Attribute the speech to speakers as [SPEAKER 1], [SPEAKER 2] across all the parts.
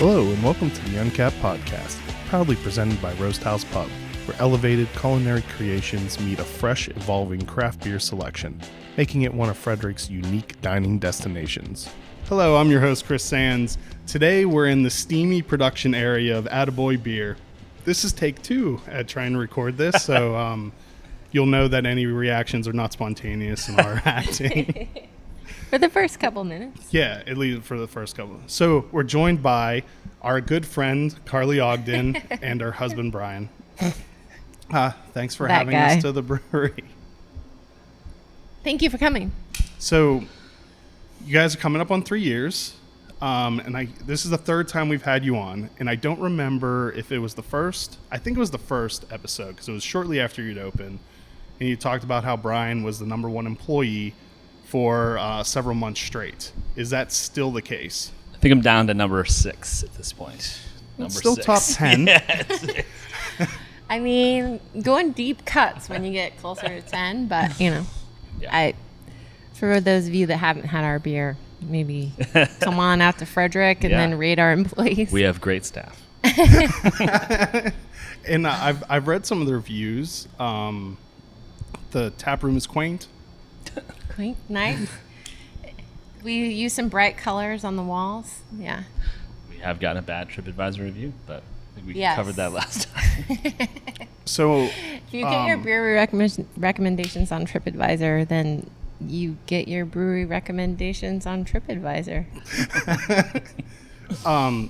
[SPEAKER 1] Hello, and welcome to the Uncapped Podcast, proudly presented by Roast House Pub, where elevated culinary creations meet a fresh, evolving craft beer selection, making it one of Frederick's unique dining destinations.
[SPEAKER 2] Hello, I'm your host, Chris Sands. Today we're in the steamy production area of Attaboy Beer. This is take two at trying to record this, so um, you'll know that any reactions are not spontaneous and are acting.
[SPEAKER 3] For the first couple minutes.
[SPEAKER 2] yeah, at least for the first couple. So we're joined by our good friend, Carly Ogden, and her husband, Brian. Uh, thanks for
[SPEAKER 3] That
[SPEAKER 2] having
[SPEAKER 3] guy.
[SPEAKER 2] us to the brewery.
[SPEAKER 3] Thank you for coming.
[SPEAKER 2] So, you guys are coming up on three years, um, and I this is the third time we've had you on, and I don't remember if it was the first. I think it was the first episode because it was shortly after you'd opened, and you talked about how Brian was the number one employee for uh, several months straight. Is that still the case?
[SPEAKER 4] I think I'm down to number six at this point. Number
[SPEAKER 2] still
[SPEAKER 4] six.
[SPEAKER 2] top ten.
[SPEAKER 3] I mean, going deep cuts when you get closer to 10, but you know,
[SPEAKER 4] Yeah.
[SPEAKER 3] I for those of you that haven't had our beer, maybe come on out to Frederick and
[SPEAKER 4] Yeah.
[SPEAKER 3] then rate our employees.
[SPEAKER 4] we have great staff.
[SPEAKER 2] and uh, I've I've read some of the reviews. Um, the tap room is quaint.
[SPEAKER 3] Quaint, nice. We use some bright colors on the walls. Yeah.
[SPEAKER 4] We have gotten a bad TripAdvisor review, but I think we
[SPEAKER 3] Yes.
[SPEAKER 4] covered that last time.
[SPEAKER 2] So
[SPEAKER 3] If you get your
[SPEAKER 2] Um,
[SPEAKER 3] brewery recommend- recommendations on TripAdvisor, then you get your brewery recommendations on TripAdvisor.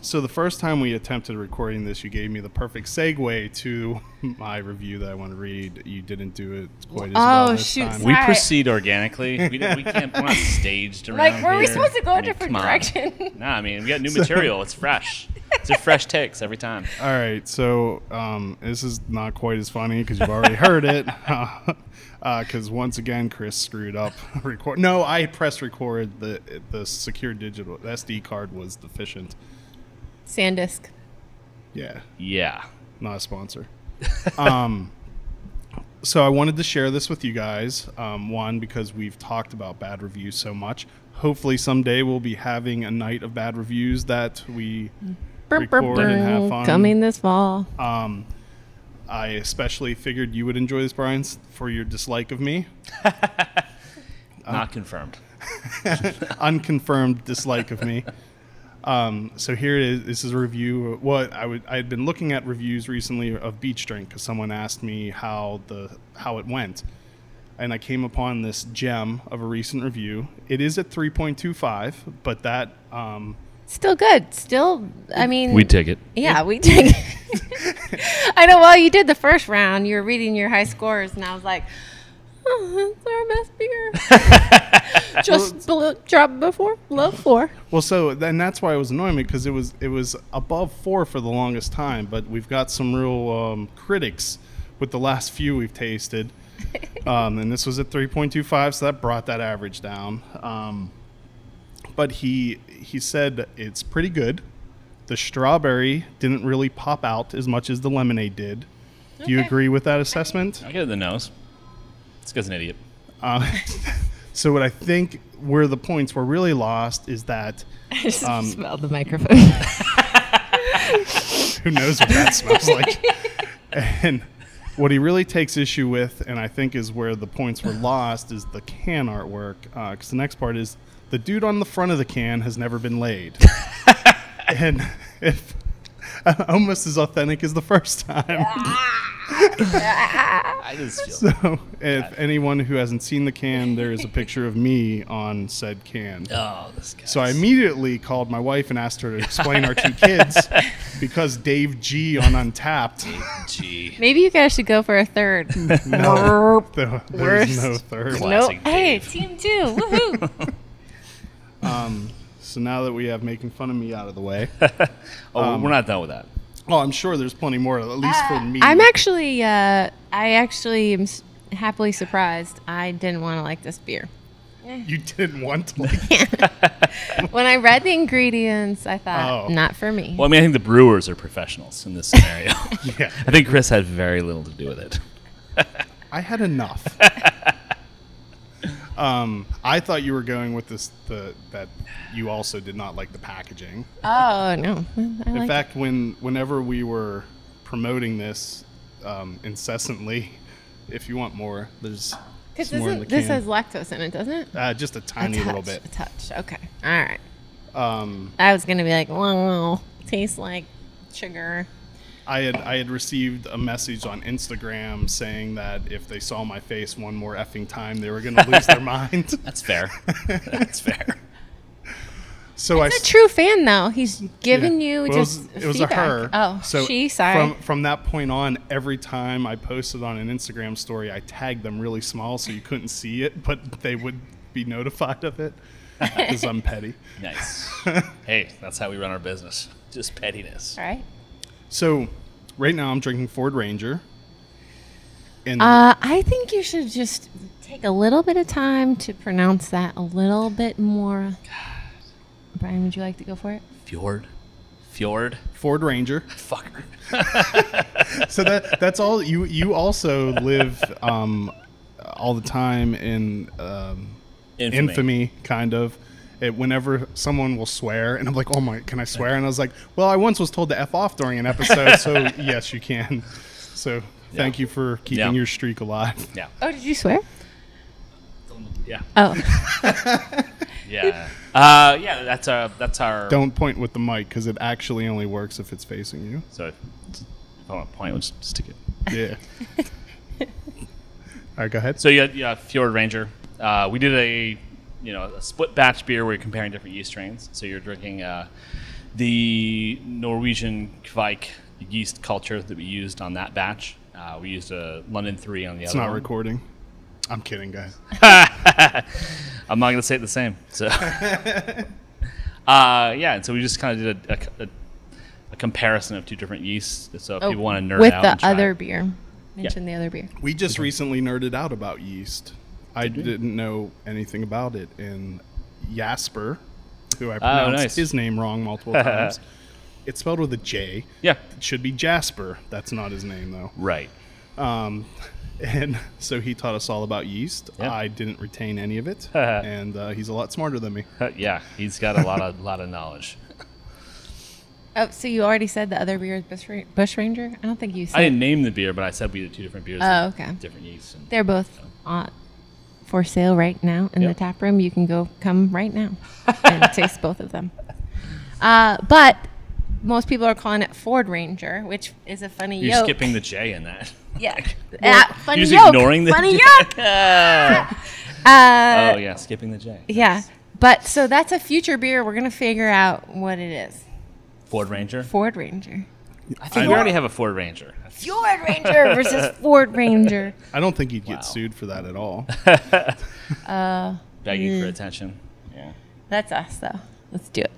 [SPEAKER 2] So the first time we attempted recording this, you gave me the perfect segue to my review that I want to read. You didn't do it quite as well
[SPEAKER 3] Oh,
[SPEAKER 2] this
[SPEAKER 3] shoot.
[SPEAKER 2] time.
[SPEAKER 4] we
[SPEAKER 3] Sorry.
[SPEAKER 4] proceed organically. We, don't- we can't. We're not staged around
[SPEAKER 3] Like, were we
[SPEAKER 4] here.
[SPEAKER 3] supposed to go a
[SPEAKER 4] I mean,
[SPEAKER 3] different
[SPEAKER 4] come on.
[SPEAKER 3] direction?
[SPEAKER 4] Nah, I mean, we got new material. It's fresh. It's a fresh takes every time.
[SPEAKER 2] All right, so um, this is not quite as funny because you've already heard it. Because once again, Chris screwed up. record. No, I pressed record. The the secure digital SD card was deficient.
[SPEAKER 3] Sandisk.
[SPEAKER 2] Yeah,
[SPEAKER 4] Yeah.
[SPEAKER 2] not a sponsor. um, so I wanted to share this with you guys. Um, one, because we've talked about bad reviews so much. Hopefully, someday we'll be having a night of bad reviews that we
[SPEAKER 3] Brr, brr,
[SPEAKER 2] record and have
[SPEAKER 3] brr.
[SPEAKER 2] fun.
[SPEAKER 3] Coming this fall.
[SPEAKER 2] Um, I especially figured you would enjoy this, Brian, s- for your dislike of me.
[SPEAKER 3] Uh,
[SPEAKER 4] Not confirmed.
[SPEAKER 3] hmm.
[SPEAKER 2] Unconfirmed dislike of me. Um, so here it is. This is a review. of What I would I had been looking at reviews recently of Beach Drink because someone asked me how the how it went, and I came upon this gem of a recent review. It is at three point two five, but that um,
[SPEAKER 3] Still good. Still, I mean,
[SPEAKER 4] take it.
[SPEAKER 3] Yeah, we did. I know. Well, you did the first round. You were reading your high scores, and I was like, oh, "That's our best beer." Just below, drop before low four.
[SPEAKER 2] Well, so then that's why it was annoying me because it was it was above four for the longest time, but we've got some real um, critics with the last few we've tasted, um, and this was at three point two five, so that brought that average down. Um, but he he said it's pretty good. The strawberry didn't really pop out as much as the lemonade did. Do you
[SPEAKER 3] Okay.
[SPEAKER 2] agree with that assessment?
[SPEAKER 4] I get the nose. This guy's an idiot.
[SPEAKER 2] Uh, so what I think where the points were really lost is that
[SPEAKER 3] I just smelled the microphone.
[SPEAKER 2] who knows what that smells like. And what he really takes issue with, and I think is where the points were lost, is the can artwork. Because the next part is the dude on the front of the can has never been laid. and if almost as authentic as the first time.
[SPEAKER 4] I just feel.
[SPEAKER 2] So if anyone who hasn't seen the can, there is a picture of me on said can.
[SPEAKER 4] oh, this guy.
[SPEAKER 2] So I immediately called my wife and asked her to explain our two kids because Dave G on Untapped.
[SPEAKER 4] Gee.
[SPEAKER 3] Maybe you guys should go for a third.
[SPEAKER 2] No, there- there's
[SPEAKER 3] Worst.
[SPEAKER 2] no third.
[SPEAKER 3] nope.
[SPEAKER 4] Classic
[SPEAKER 3] Oh, Hey,
[SPEAKER 4] Dave.
[SPEAKER 3] team two. Woohoo!
[SPEAKER 2] So now that we have making fun of me out of the way,
[SPEAKER 4] Oh,
[SPEAKER 3] Um,
[SPEAKER 4] we're not done with that.
[SPEAKER 2] oh, I'm sure there's plenty more. At least for me,
[SPEAKER 3] Uh, I'm actually, uh, I actually am s- happily surprised. I didn't want to like this beer.
[SPEAKER 2] you didn't want to. Like,
[SPEAKER 3] When I read the ingredients, I thought,
[SPEAKER 2] Oh.
[SPEAKER 3] not for me.
[SPEAKER 4] Well, I mean, I think the brewers are professionals in this scenario.
[SPEAKER 2] yeah,
[SPEAKER 4] I think Chris had very little to do with it.
[SPEAKER 2] I had enough. Um, I thought you were going with this the, that you also did not like the packaging.
[SPEAKER 3] Oh no, I
[SPEAKER 2] In
[SPEAKER 3] like
[SPEAKER 2] fact, when whenever we were promoting this um, incessantly, if you want more, there's
[SPEAKER 3] because
[SPEAKER 2] some more in the
[SPEAKER 3] this
[SPEAKER 2] can.
[SPEAKER 3] has lactose in it, doesn't it?
[SPEAKER 2] uh, just a
[SPEAKER 3] A
[SPEAKER 2] tiny
[SPEAKER 3] touch,
[SPEAKER 2] little bit.
[SPEAKER 3] A touch. Okay. All right.
[SPEAKER 2] Um,
[SPEAKER 3] I was gonna be like, wow, tastes like sugar.
[SPEAKER 2] I had I had received a message on Instagram saying that if they saw my face one more effing time, they were going to lose their mind.
[SPEAKER 4] That's fair. That's fair.
[SPEAKER 2] So I
[SPEAKER 3] He's a
[SPEAKER 2] s-
[SPEAKER 3] true fan though. He's giving
[SPEAKER 2] Yeah.
[SPEAKER 3] you
[SPEAKER 2] Well,
[SPEAKER 3] just
[SPEAKER 2] it was, it was a
[SPEAKER 3] feedback.
[SPEAKER 2] her.
[SPEAKER 3] Oh,
[SPEAKER 2] so
[SPEAKER 3] she. Sorry.
[SPEAKER 2] From from that point on, every time I posted on an Instagram story, I tagged them really small so you couldn't see it, but they would be notified of it because I'm petty.
[SPEAKER 4] Nice. hey, that's how we run our business. Just pettiness.
[SPEAKER 3] All right.
[SPEAKER 2] So right now I'm drinking Ford Ranger. And
[SPEAKER 3] Uh, I think you should just take a little bit of time to pronounce that a little bit more. Brian, would you like to go for it?
[SPEAKER 4] Fjord. Fjord.
[SPEAKER 2] Ford Ranger.
[SPEAKER 4] Fucker.
[SPEAKER 2] So that that's all you you also live um, all the time in um, infamy, kind of. It, whenever someone will swear, and I'm like, "Oh my, can I swear?" And I was like, "Well, I once was told to f off during an episode, so yes, you can." So thank you for keeping
[SPEAKER 4] Yeah.
[SPEAKER 2] your streak alive.
[SPEAKER 4] Yeah.
[SPEAKER 3] Oh, did you swear?
[SPEAKER 4] Yeah.
[SPEAKER 3] Oh,
[SPEAKER 4] Yeah. Uh, yeah. That's our. That's our.
[SPEAKER 2] Don't point with the mic because it actually only works if it's facing you.
[SPEAKER 4] So if I want to point, we'll just stick it.
[SPEAKER 2] Yeah. all right, go ahead.
[SPEAKER 4] So yeah, yeah, Fjord Ranger. Uh, we did a you know a split batch beer where you're comparing different yeast strains. So you're drinking uh, the Norwegian Kvike yeast culture that we used on that batch. Uh, we used a London three on the
[SPEAKER 2] it's
[SPEAKER 4] other.
[SPEAKER 2] not
[SPEAKER 4] one.
[SPEAKER 2] recording. I'm kidding, guys.
[SPEAKER 4] I'm not gonna say it the same. So, uh, yeah, and so we just kind of did a, a, a comparison of two different yeasts. So if
[SPEAKER 3] oh
[SPEAKER 4] people want to nerd
[SPEAKER 3] with
[SPEAKER 4] out
[SPEAKER 3] the
[SPEAKER 4] and try
[SPEAKER 3] other
[SPEAKER 4] it.
[SPEAKER 3] beer. Mention the other beer.
[SPEAKER 2] We just
[SPEAKER 4] Mm-hmm.
[SPEAKER 2] recently nerded out about yeast. I didn't know anything about it. And Jasper, who I pronounced
[SPEAKER 4] Oh, nice.
[SPEAKER 2] his name wrong multiple times, it's spelled with a J.
[SPEAKER 4] yeah,
[SPEAKER 2] It should be Jasper. That's not his name, though.
[SPEAKER 4] right.
[SPEAKER 2] Um, and so he taught us all about yeast.
[SPEAKER 4] Yeah.
[SPEAKER 2] I didn't retain any of it. and uh, he's a lot smarter than me.
[SPEAKER 4] Uh, yeah, he's got a lot of lot of knowledge.
[SPEAKER 3] Oh, so you already said the other beer is Bush, Ra- Bush Ranger? I don't think you said.
[SPEAKER 4] I didn't name the beer, but I said we did two different beers.
[SPEAKER 3] Oh,
[SPEAKER 4] with
[SPEAKER 3] okay.
[SPEAKER 4] Different yeasts. And
[SPEAKER 3] They're both on, for sale right now in
[SPEAKER 4] Yep.
[SPEAKER 3] the tap room. You can go come right now and taste both of them. Uh, but most people are calling it Ford Ranger, which is a funny
[SPEAKER 4] You're
[SPEAKER 3] yoke.
[SPEAKER 4] skipping the J in that.
[SPEAKER 3] yeah,
[SPEAKER 4] You're
[SPEAKER 3] Ah, funny
[SPEAKER 4] just
[SPEAKER 3] yoke.
[SPEAKER 4] ignoring the
[SPEAKER 3] funny
[SPEAKER 4] J.
[SPEAKER 3] yoke. Uh,
[SPEAKER 4] oh yeah, skipping the J.
[SPEAKER 3] Yeah, but so that's a future beer. We're gonna figure out what it is.
[SPEAKER 4] Ford Ranger.
[SPEAKER 3] Ford Ranger.
[SPEAKER 4] I think we already have a Ford Ranger.
[SPEAKER 3] Ford Ranger versus Ford Ranger.
[SPEAKER 2] I don't think you'd get
[SPEAKER 4] Wow.
[SPEAKER 2] sued for that at all.
[SPEAKER 4] Begging
[SPEAKER 3] Mm.
[SPEAKER 4] for attention. Yeah.
[SPEAKER 3] That's us though. Let's do it.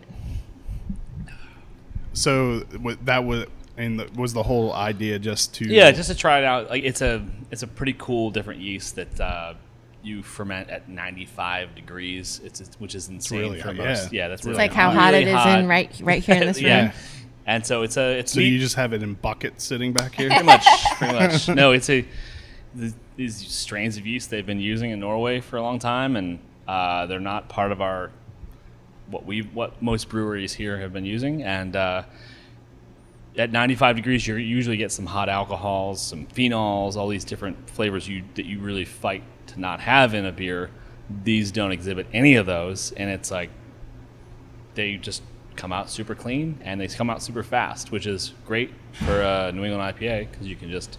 [SPEAKER 2] so what, that was. And the, was the whole idea just to
[SPEAKER 4] Yeah, just to try it out. Like it's a it's a pretty cool different yeast that uh, you ferment at 95 degrees. It's, it's which is insane
[SPEAKER 2] really
[SPEAKER 4] for
[SPEAKER 2] hot,
[SPEAKER 4] most.
[SPEAKER 2] yeah.
[SPEAKER 4] Yeah, that's
[SPEAKER 3] It's
[SPEAKER 4] really
[SPEAKER 3] like how hot
[SPEAKER 4] Really
[SPEAKER 3] it is in right right here in this room.
[SPEAKER 4] yeah. And so it's a it's
[SPEAKER 2] so
[SPEAKER 4] neat.
[SPEAKER 2] you just have it in buckets sitting back here
[SPEAKER 4] pretty much, pretty much. No, it's a th- these strains of yeast they've been using in Norway for a long time, and uh, they're not part of our what we what most breweries here have been using. And uh, at 95 degrees, you usually get some hot alcohols, some phenols, all these different flavors you that you really fight to not have in a beer. These don't exhibit any of those, and it's like they just come out super clean and they come out super fast, which is great for a New England IPA because you can just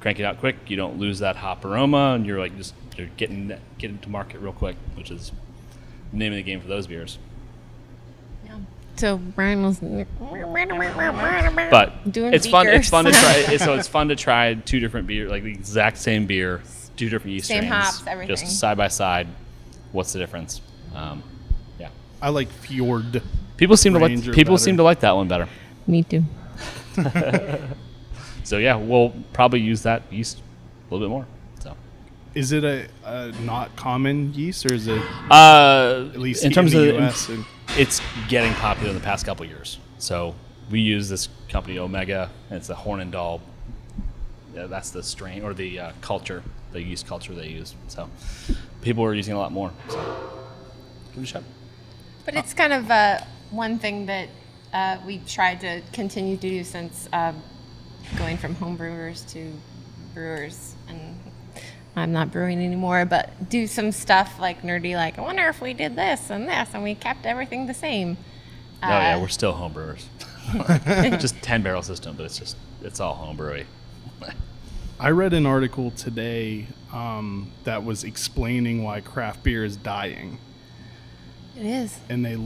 [SPEAKER 4] crank it out quick. You don't lose that hop aroma, and you're like just you're getting getting to market real quick, which is the name of the game for those beers.
[SPEAKER 3] So Brian was
[SPEAKER 4] But
[SPEAKER 3] Doing
[SPEAKER 4] it's fun.
[SPEAKER 3] beakers.
[SPEAKER 4] It's fun to try. It's, so it's fun to try two different beer, like the exact same beer, two different yeast
[SPEAKER 3] Same
[SPEAKER 4] strains,
[SPEAKER 3] hops, everything.
[SPEAKER 4] just side by side. What's the difference? Um, yeah,
[SPEAKER 2] i like fjord
[SPEAKER 4] people seem to
[SPEAKER 2] Ranger
[SPEAKER 4] like people
[SPEAKER 2] better.
[SPEAKER 4] seem to like that one better.
[SPEAKER 3] me too.
[SPEAKER 4] So yeah, we'll probably use that yeast a little bit more. So
[SPEAKER 2] Is it a, a not common yeast, or is it
[SPEAKER 4] uh,
[SPEAKER 2] at least
[SPEAKER 4] in terms
[SPEAKER 2] in the
[SPEAKER 4] of
[SPEAKER 2] US? and-
[SPEAKER 4] it's getting popular in the past couple years. So we use this company Omega, and it's the Horn and Dahl. Yeah, that's the strain or the uh, culture, the yeast culture they use. So people are using a lot more. So give it a shot.
[SPEAKER 3] But it's kind of uh, one thing that uh, we tried to continue to do since uh, going from home brewers to brewers. And I'm not brewing anymore, but do some stuff like nerdy, like, I wonder if we did this and this, and we kept everything the same. Uh,
[SPEAKER 4] oh yeah, we're still homebrewers. just ten barrel system, but it's just it's all homebrewy.
[SPEAKER 2] I read an article today um, that was explaining why craft beer is dying,
[SPEAKER 3] It is.
[SPEAKER 2] and they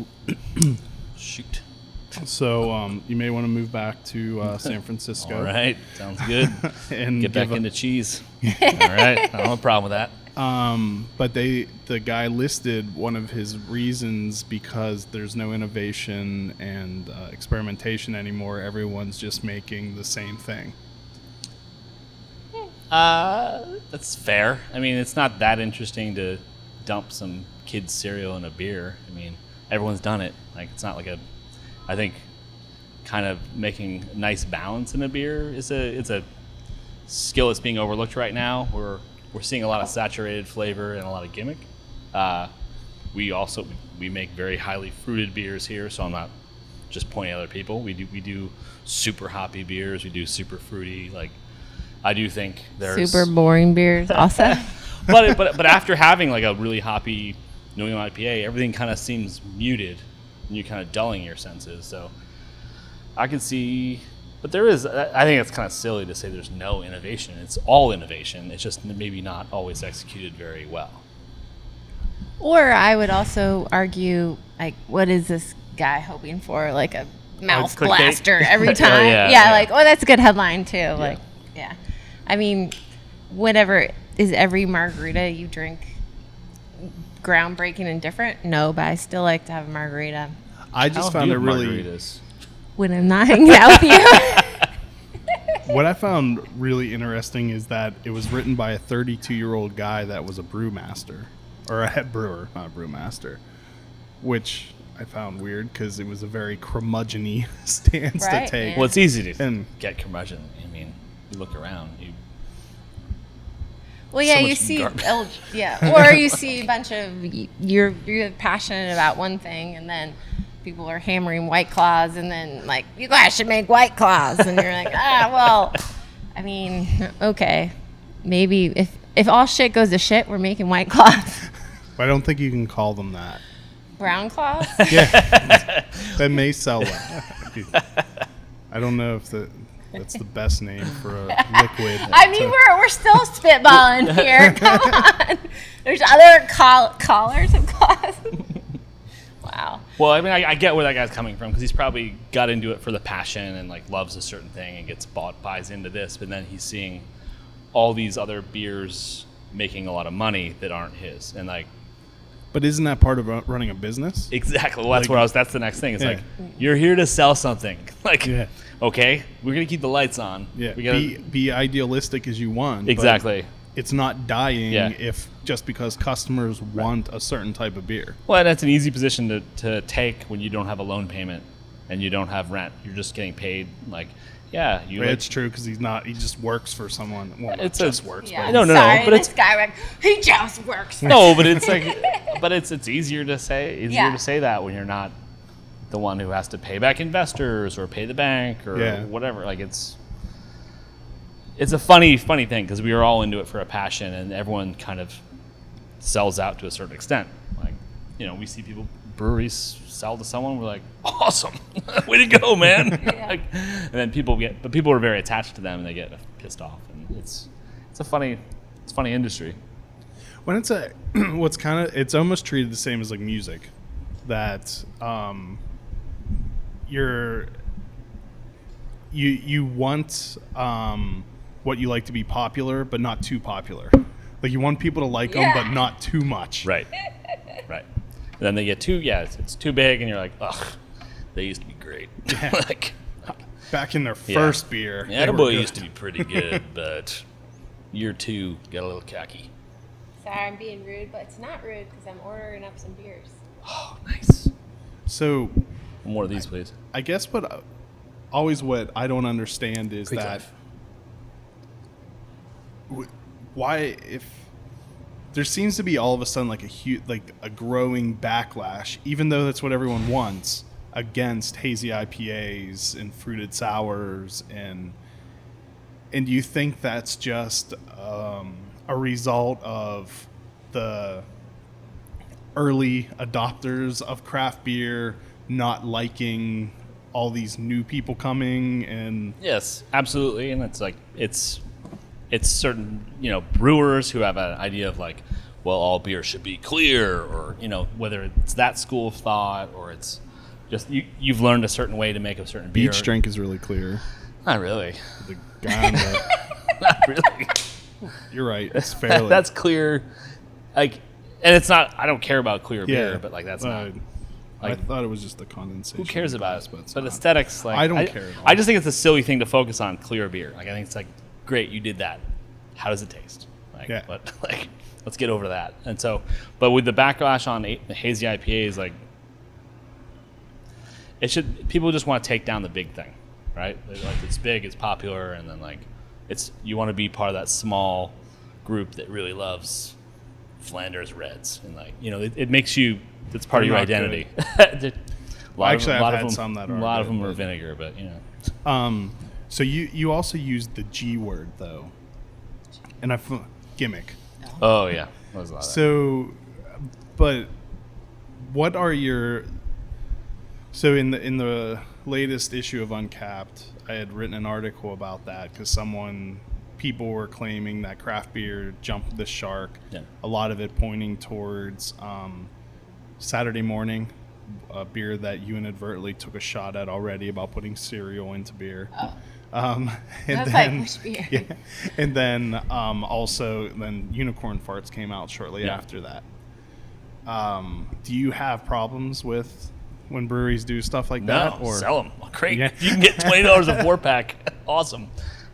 [SPEAKER 4] Shoot.
[SPEAKER 2] so um, you may want to move back to uh, San Francisco.
[SPEAKER 4] All right, sounds good.
[SPEAKER 2] And
[SPEAKER 4] Get back
[SPEAKER 2] give a-
[SPEAKER 4] into cheese. All right, I don't have a problem with that.
[SPEAKER 2] Um, but they the guy listed one of his reasons because there's no innovation and uh, experimentation anymore. Everyone's just making the same thing.
[SPEAKER 4] Uh, that's fair. I mean, it's not that interesting to dump some kids' cereal in a beer. I mean, everyone's done it. Like, it's not like a. I think, kind of making a nice balance in a beer is a it's a skill that's being overlooked right now. We're we're seeing a lot of saturated flavor and a lot of gimmick. Uh, we also we make very highly fruited beers here, so I'm not just pointing at other people. We do we do super hoppy beers. We do super fruity. Like, I do think there's
[SPEAKER 3] Super boring beers, also.
[SPEAKER 4] but but but after having like a really hoppy New England IPA, everything kind of seems muted, and you're kind of dulling your senses. So I can see, but there is. I I think it's kind of silly to say there's no innovation. It's all innovation. It's just maybe not always executed very well.
[SPEAKER 3] Or I would also argue, like, what is this guy hoping for? Like a mouth
[SPEAKER 4] clickbait?
[SPEAKER 3] blaster
[SPEAKER 4] Oh,
[SPEAKER 3] every time.
[SPEAKER 4] yeah,
[SPEAKER 3] yeah,
[SPEAKER 4] yeah.
[SPEAKER 3] like, oh, that's a good headline too. Like, yeah. I mean, whatever is every margarita you drink groundbreaking and different? No, but I still like to have a margarita
[SPEAKER 2] I just found it really
[SPEAKER 3] when I'm not hanging out with you.
[SPEAKER 2] what I found really interesting is that it was written by a 32 year old guy that was a brewmaster or a head brewer, not a brewmaster, which I found weird because it was a very curmudgeon stance
[SPEAKER 3] Right,
[SPEAKER 2] to take.
[SPEAKER 4] Well, it's easy to
[SPEAKER 2] And-
[SPEAKER 4] get curmudgeon. I mean, you look around. You,
[SPEAKER 3] Well, yeah,
[SPEAKER 4] much
[SPEAKER 3] you see,
[SPEAKER 4] garbage.
[SPEAKER 3] el- yeah, or you see a bunch of y- you're you're passionate about one thing, and then people are hammering white claws, and then like you guys should make white claws, and you're like, ah, well, I mean, okay, maybe if if all shit goes to shit, we're making white claws,
[SPEAKER 2] But I don't think you can call them that.
[SPEAKER 3] brown claws.
[SPEAKER 2] That may sell that. I don't know if the, that's the best name for a liquid.
[SPEAKER 3] I mean, we're we're still spitballing here. Come on, there's other coll- collars of claws. wow.
[SPEAKER 4] well, I mean, I, I get where that guy's coming from because he's probably got into it for the passion and like loves a certain thing and gets bought buys into this, but then he's seeing all these other beers making a lot of money that aren't his and like
[SPEAKER 2] but isn't that part of ru- running a business?
[SPEAKER 4] exactly well, that's what i was that's the next thing it's
[SPEAKER 2] Yeah.
[SPEAKER 4] like you're here to sell something like
[SPEAKER 2] Yeah.
[SPEAKER 4] okay we're gonna keep the lights on
[SPEAKER 2] yeah.
[SPEAKER 4] we gotta
[SPEAKER 2] be, be idealistic as you want. but
[SPEAKER 4] exactly
[SPEAKER 2] It's not dying
[SPEAKER 4] Yeah.
[SPEAKER 2] if just because customers want a certain type of beer.
[SPEAKER 4] well and that's an easy position to, to take when you don't have a loan payment and you don't have rent you're just getting paid like yeah you like-
[SPEAKER 2] it's true because he's not. He just works for someone. Well,
[SPEAKER 4] It's
[SPEAKER 2] it's
[SPEAKER 4] a-
[SPEAKER 2] just works.
[SPEAKER 3] Yeah,
[SPEAKER 2] but
[SPEAKER 4] No, no, no,
[SPEAKER 3] sorry,
[SPEAKER 4] but
[SPEAKER 3] this
[SPEAKER 4] it's-
[SPEAKER 3] guy like he just works. For
[SPEAKER 4] no, but it's like, but it's it's easier to say easier
[SPEAKER 3] Yeah.
[SPEAKER 4] to say that when you're not the one who has to pay back investors or pay the bank or
[SPEAKER 2] Yeah.
[SPEAKER 4] whatever. Like it's it's a funny funny thing because we are all into it for a passion, and everyone kind of sells out to a certain extent. Like you know, we see people breweries sell to someone, we're like, awesome, way to go, man. like, and then people get, but people are very attached to them, and they get pissed off, and it's it's a funny it's a funny industry.
[SPEAKER 2] when it's a what's kind of it's almost treated the same as like music that um you're you you want um what you like to be popular but not too popular like you want people to like them but
[SPEAKER 3] Yeah.
[SPEAKER 2] not too much
[SPEAKER 4] Right. right. And then they get too, yeah, it's, it's too big, and you're like, ugh, they used to be great. like,
[SPEAKER 2] back in their first beer they were
[SPEAKER 4] Attaboy
[SPEAKER 2] good.
[SPEAKER 4] used to be pretty good, but year two got a little cocky.
[SPEAKER 3] Sorry, I'm being rude, but it's not rude because I'm ordering up some beers.
[SPEAKER 4] Oh, nice.
[SPEAKER 2] so
[SPEAKER 4] More of these, please.
[SPEAKER 2] i guess what I- always what i don't understand is
[SPEAKER 4] Quick
[SPEAKER 2] that
[SPEAKER 4] life.
[SPEAKER 2] w- why if there seems to be all of a sudden like a huge, like a growing backlash, even though that's what everyone wants against hazy IPAs and fruited sours and and you think that's just um, a result of the early adopters of craft beer not liking all these new people coming and
[SPEAKER 4] Yes, absolutely. And it's like it's it's certain you know brewers who have an idea of like, well, all beer should be clear, or you know whether it's that school of thought or it's just you, you've learned a certain way to make a certain beer.
[SPEAKER 2] beach drink is really clear.
[SPEAKER 4] Not really.
[SPEAKER 2] The guy on the-
[SPEAKER 4] Not really.
[SPEAKER 2] you're right. It's fairly
[SPEAKER 4] that's clear. Like, and it's not. I don't care about clear
[SPEAKER 2] yeah,
[SPEAKER 4] beer, but like that's
[SPEAKER 2] Uh,
[SPEAKER 4] not.
[SPEAKER 2] I
[SPEAKER 4] like-
[SPEAKER 2] thought it was just the condensation.
[SPEAKER 4] Who cares about it?
[SPEAKER 2] but it's
[SPEAKER 4] But
[SPEAKER 2] not.
[SPEAKER 4] aesthetics, like
[SPEAKER 2] I don't care at all.
[SPEAKER 4] I just think it's a silly thing to focus on clear beer. Like I think it's like, great, you did that. How does it taste? Like,
[SPEAKER 2] Yeah.
[SPEAKER 4] but like, let's get over that. And so, but with the backlash on a- the hazy IPAs, like, it should people just want to take down the big thing, right? They're Like it's big, it's popular, and then like, it's you want to be part of that small group that really loves Flanders Reds, and like, you know, it, it makes you. It's part
[SPEAKER 2] They're
[SPEAKER 4] of your
[SPEAKER 2] not
[SPEAKER 4] identity. The- a lot
[SPEAKER 2] Actually,
[SPEAKER 4] of,
[SPEAKER 2] I've
[SPEAKER 4] a lot
[SPEAKER 2] had
[SPEAKER 4] of them,
[SPEAKER 2] some that
[SPEAKER 4] a
[SPEAKER 2] are
[SPEAKER 4] lot of
[SPEAKER 2] good,
[SPEAKER 4] them are
[SPEAKER 2] but-
[SPEAKER 4] vinegar, but you know,
[SPEAKER 2] Um, so you you also used the G word though, and I f- gimmick.
[SPEAKER 4] oh yeah, that was a lot of that.
[SPEAKER 2] So, but what are your so in the in the latest issue of Uncapped, I had written an article about that because someone people were claiming that craft beer jumped the shark.
[SPEAKER 4] Yeah.
[SPEAKER 2] A lot of it pointing towards um, Saturday morning, a beer that you inadvertently took a shot at already about putting cereal into beer. Um, and
[SPEAKER 3] That's
[SPEAKER 2] then,
[SPEAKER 3] like which beer?
[SPEAKER 2] yeah. And then um, also, then Unicorn Farts came out shortly
[SPEAKER 4] Yeah.
[SPEAKER 2] after that. Um, do you have problems with when breweries do stuff like
[SPEAKER 4] No,
[SPEAKER 2] that? Or
[SPEAKER 4] sell them. Great,
[SPEAKER 2] Yeah.
[SPEAKER 4] you can get twenty dollars a four pack. Awesome.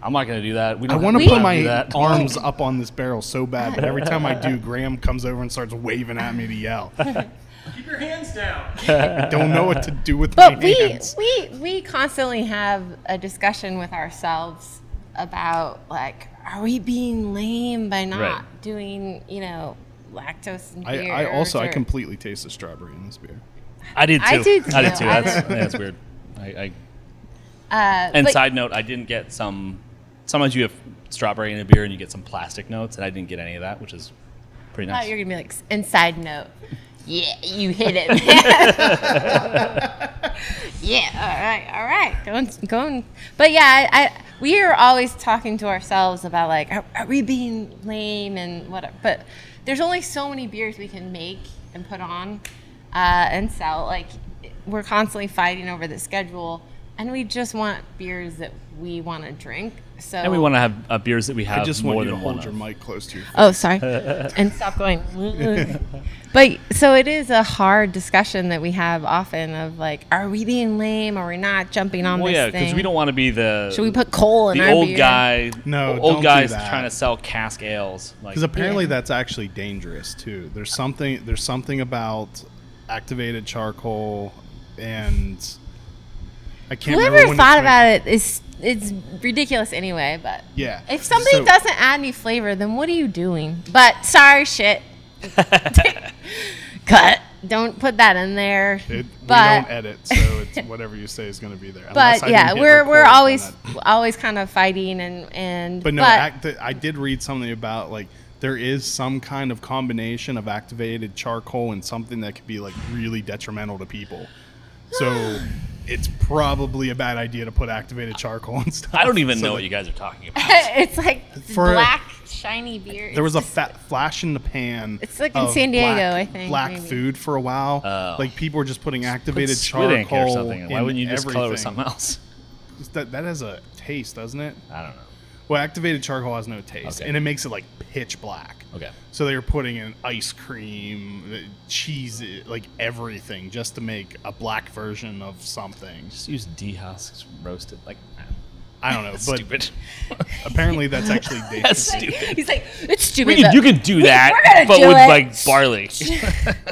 [SPEAKER 4] I'm not going to do that. We
[SPEAKER 2] I
[SPEAKER 4] don't
[SPEAKER 2] want
[SPEAKER 4] have
[SPEAKER 2] to
[SPEAKER 3] We-
[SPEAKER 4] time
[SPEAKER 2] put my
[SPEAKER 4] do that.
[SPEAKER 2] arms up on this barrel so bad, but every time I do, Graham comes over and starts waving at me to yell.
[SPEAKER 5] Keep your hands down.
[SPEAKER 2] I don't know what to do with
[SPEAKER 3] But
[SPEAKER 2] my
[SPEAKER 3] we
[SPEAKER 2] hands.
[SPEAKER 3] we we constantly have a discussion with ourselves about like, are we being lame by not
[SPEAKER 4] Right.
[SPEAKER 3] doing you know lactose and
[SPEAKER 2] I,
[SPEAKER 3] beer?
[SPEAKER 2] I also I completely taste the strawberry in this beer.
[SPEAKER 4] I did too.
[SPEAKER 3] I do too.
[SPEAKER 4] I did too.
[SPEAKER 3] I
[SPEAKER 4] That's,
[SPEAKER 3] don't-
[SPEAKER 4] that's weird. I, I,
[SPEAKER 3] Uh,
[SPEAKER 4] and
[SPEAKER 3] but-
[SPEAKER 4] side note, I didn't get some. Sometimes you have strawberry in a beer and you get some plastic notes, and I didn't get any of that, which is pretty
[SPEAKER 3] I
[SPEAKER 4] nice.
[SPEAKER 3] thought you were gonna be like "S- inside note. Yeah, you hit it. man." yeah, all right, all right. Go and go and. But yeah, I, I we are always talking to ourselves about like, are, are we being lame and whatever? But there's only so many beers we can make and put on uh, and sell. Like we're constantly fighting over the schedule, and we just want beers that we want to drink. So
[SPEAKER 4] and we want to have uh, beers that we have
[SPEAKER 2] I just
[SPEAKER 4] more
[SPEAKER 2] want you
[SPEAKER 4] than
[SPEAKER 2] to
[SPEAKER 4] one
[SPEAKER 2] hold your
[SPEAKER 4] of.
[SPEAKER 2] mic close to your face.
[SPEAKER 3] Oh, sorry. and stop going. but so it is a hard discussion that we have often of like, are we being lame? Are we not jumping on
[SPEAKER 4] Well,
[SPEAKER 3] this
[SPEAKER 4] yeah,
[SPEAKER 3] thing?
[SPEAKER 4] because we don't want to be the
[SPEAKER 3] Should we put coal in
[SPEAKER 4] the
[SPEAKER 3] our
[SPEAKER 4] old
[SPEAKER 3] beer?
[SPEAKER 4] guy.
[SPEAKER 2] No,
[SPEAKER 4] old
[SPEAKER 2] don't do
[SPEAKER 4] guys
[SPEAKER 2] that.
[SPEAKER 4] trying to sell cask ales. Like,
[SPEAKER 2] Because apparently
[SPEAKER 3] Yeah.
[SPEAKER 2] that's actually dangerous too. There's something there's something about activated charcoal and I can't. remember
[SPEAKER 3] Whoever
[SPEAKER 2] when
[SPEAKER 3] thought
[SPEAKER 2] it's
[SPEAKER 3] about it is it's ridiculous anyway. But
[SPEAKER 2] made- Yeah.
[SPEAKER 3] if something
[SPEAKER 2] So-
[SPEAKER 3] doesn't add any flavor, then what are you doing? But sorry, shit. Cut. Don't put that in there.
[SPEAKER 2] it,
[SPEAKER 3] but
[SPEAKER 2] we don't edit, so it's whatever you say is going to be there. Unless I
[SPEAKER 3] but
[SPEAKER 2] didn't
[SPEAKER 3] yeah,
[SPEAKER 2] hit
[SPEAKER 3] we're
[SPEAKER 2] record
[SPEAKER 3] we're
[SPEAKER 2] on
[SPEAKER 3] always
[SPEAKER 2] that.
[SPEAKER 3] always kind of fighting and and
[SPEAKER 2] But no, act, I did read something about like there is some kind of combination of activated charcoal and something that could be like really detrimental to people. So. It's probably a bad idea to put activated charcoal and stuff.
[SPEAKER 4] I don't even
[SPEAKER 2] so
[SPEAKER 4] know
[SPEAKER 2] that-
[SPEAKER 4] what you guys are talking about.
[SPEAKER 3] it's like
[SPEAKER 2] For-
[SPEAKER 3] black shiny beer.
[SPEAKER 2] There was a fat flash in the pan.
[SPEAKER 3] It's like in
[SPEAKER 2] of
[SPEAKER 3] San Diego,
[SPEAKER 2] black-
[SPEAKER 3] I think,
[SPEAKER 2] Black
[SPEAKER 3] maybe.
[SPEAKER 2] food for a while.
[SPEAKER 4] Oh.
[SPEAKER 2] Like people were just putting
[SPEAKER 4] Put
[SPEAKER 2] activated
[SPEAKER 4] squid
[SPEAKER 2] charcoal
[SPEAKER 4] ink or something. Why
[SPEAKER 2] in
[SPEAKER 4] wouldn't you just color it with
[SPEAKER 2] everything.
[SPEAKER 4] something else?
[SPEAKER 2] Just That, that has a taste, doesn't it?
[SPEAKER 4] I don't know.
[SPEAKER 2] Well, activated charcoal has no taste,
[SPEAKER 4] Okay.
[SPEAKER 2] and it makes it like pitch black.
[SPEAKER 4] Okay.
[SPEAKER 2] So they were putting in ice cream, uh, cheese, uh, like everything, just to make a black version of something.
[SPEAKER 4] Just use dehusks roasted. Like,
[SPEAKER 2] I don't know, but
[SPEAKER 4] stupid.
[SPEAKER 2] apparently that's actually
[SPEAKER 4] That's
[SPEAKER 2] dangerous.
[SPEAKER 4] stupid.
[SPEAKER 3] He's like, it's stupid.
[SPEAKER 4] We can,
[SPEAKER 3] but
[SPEAKER 4] you can do
[SPEAKER 3] we- we're
[SPEAKER 4] that,
[SPEAKER 3] gonna
[SPEAKER 4] but
[SPEAKER 3] do
[SPEAKER 4] with
[SPEAKER 3] it.
[SPEAKER 4] like barley.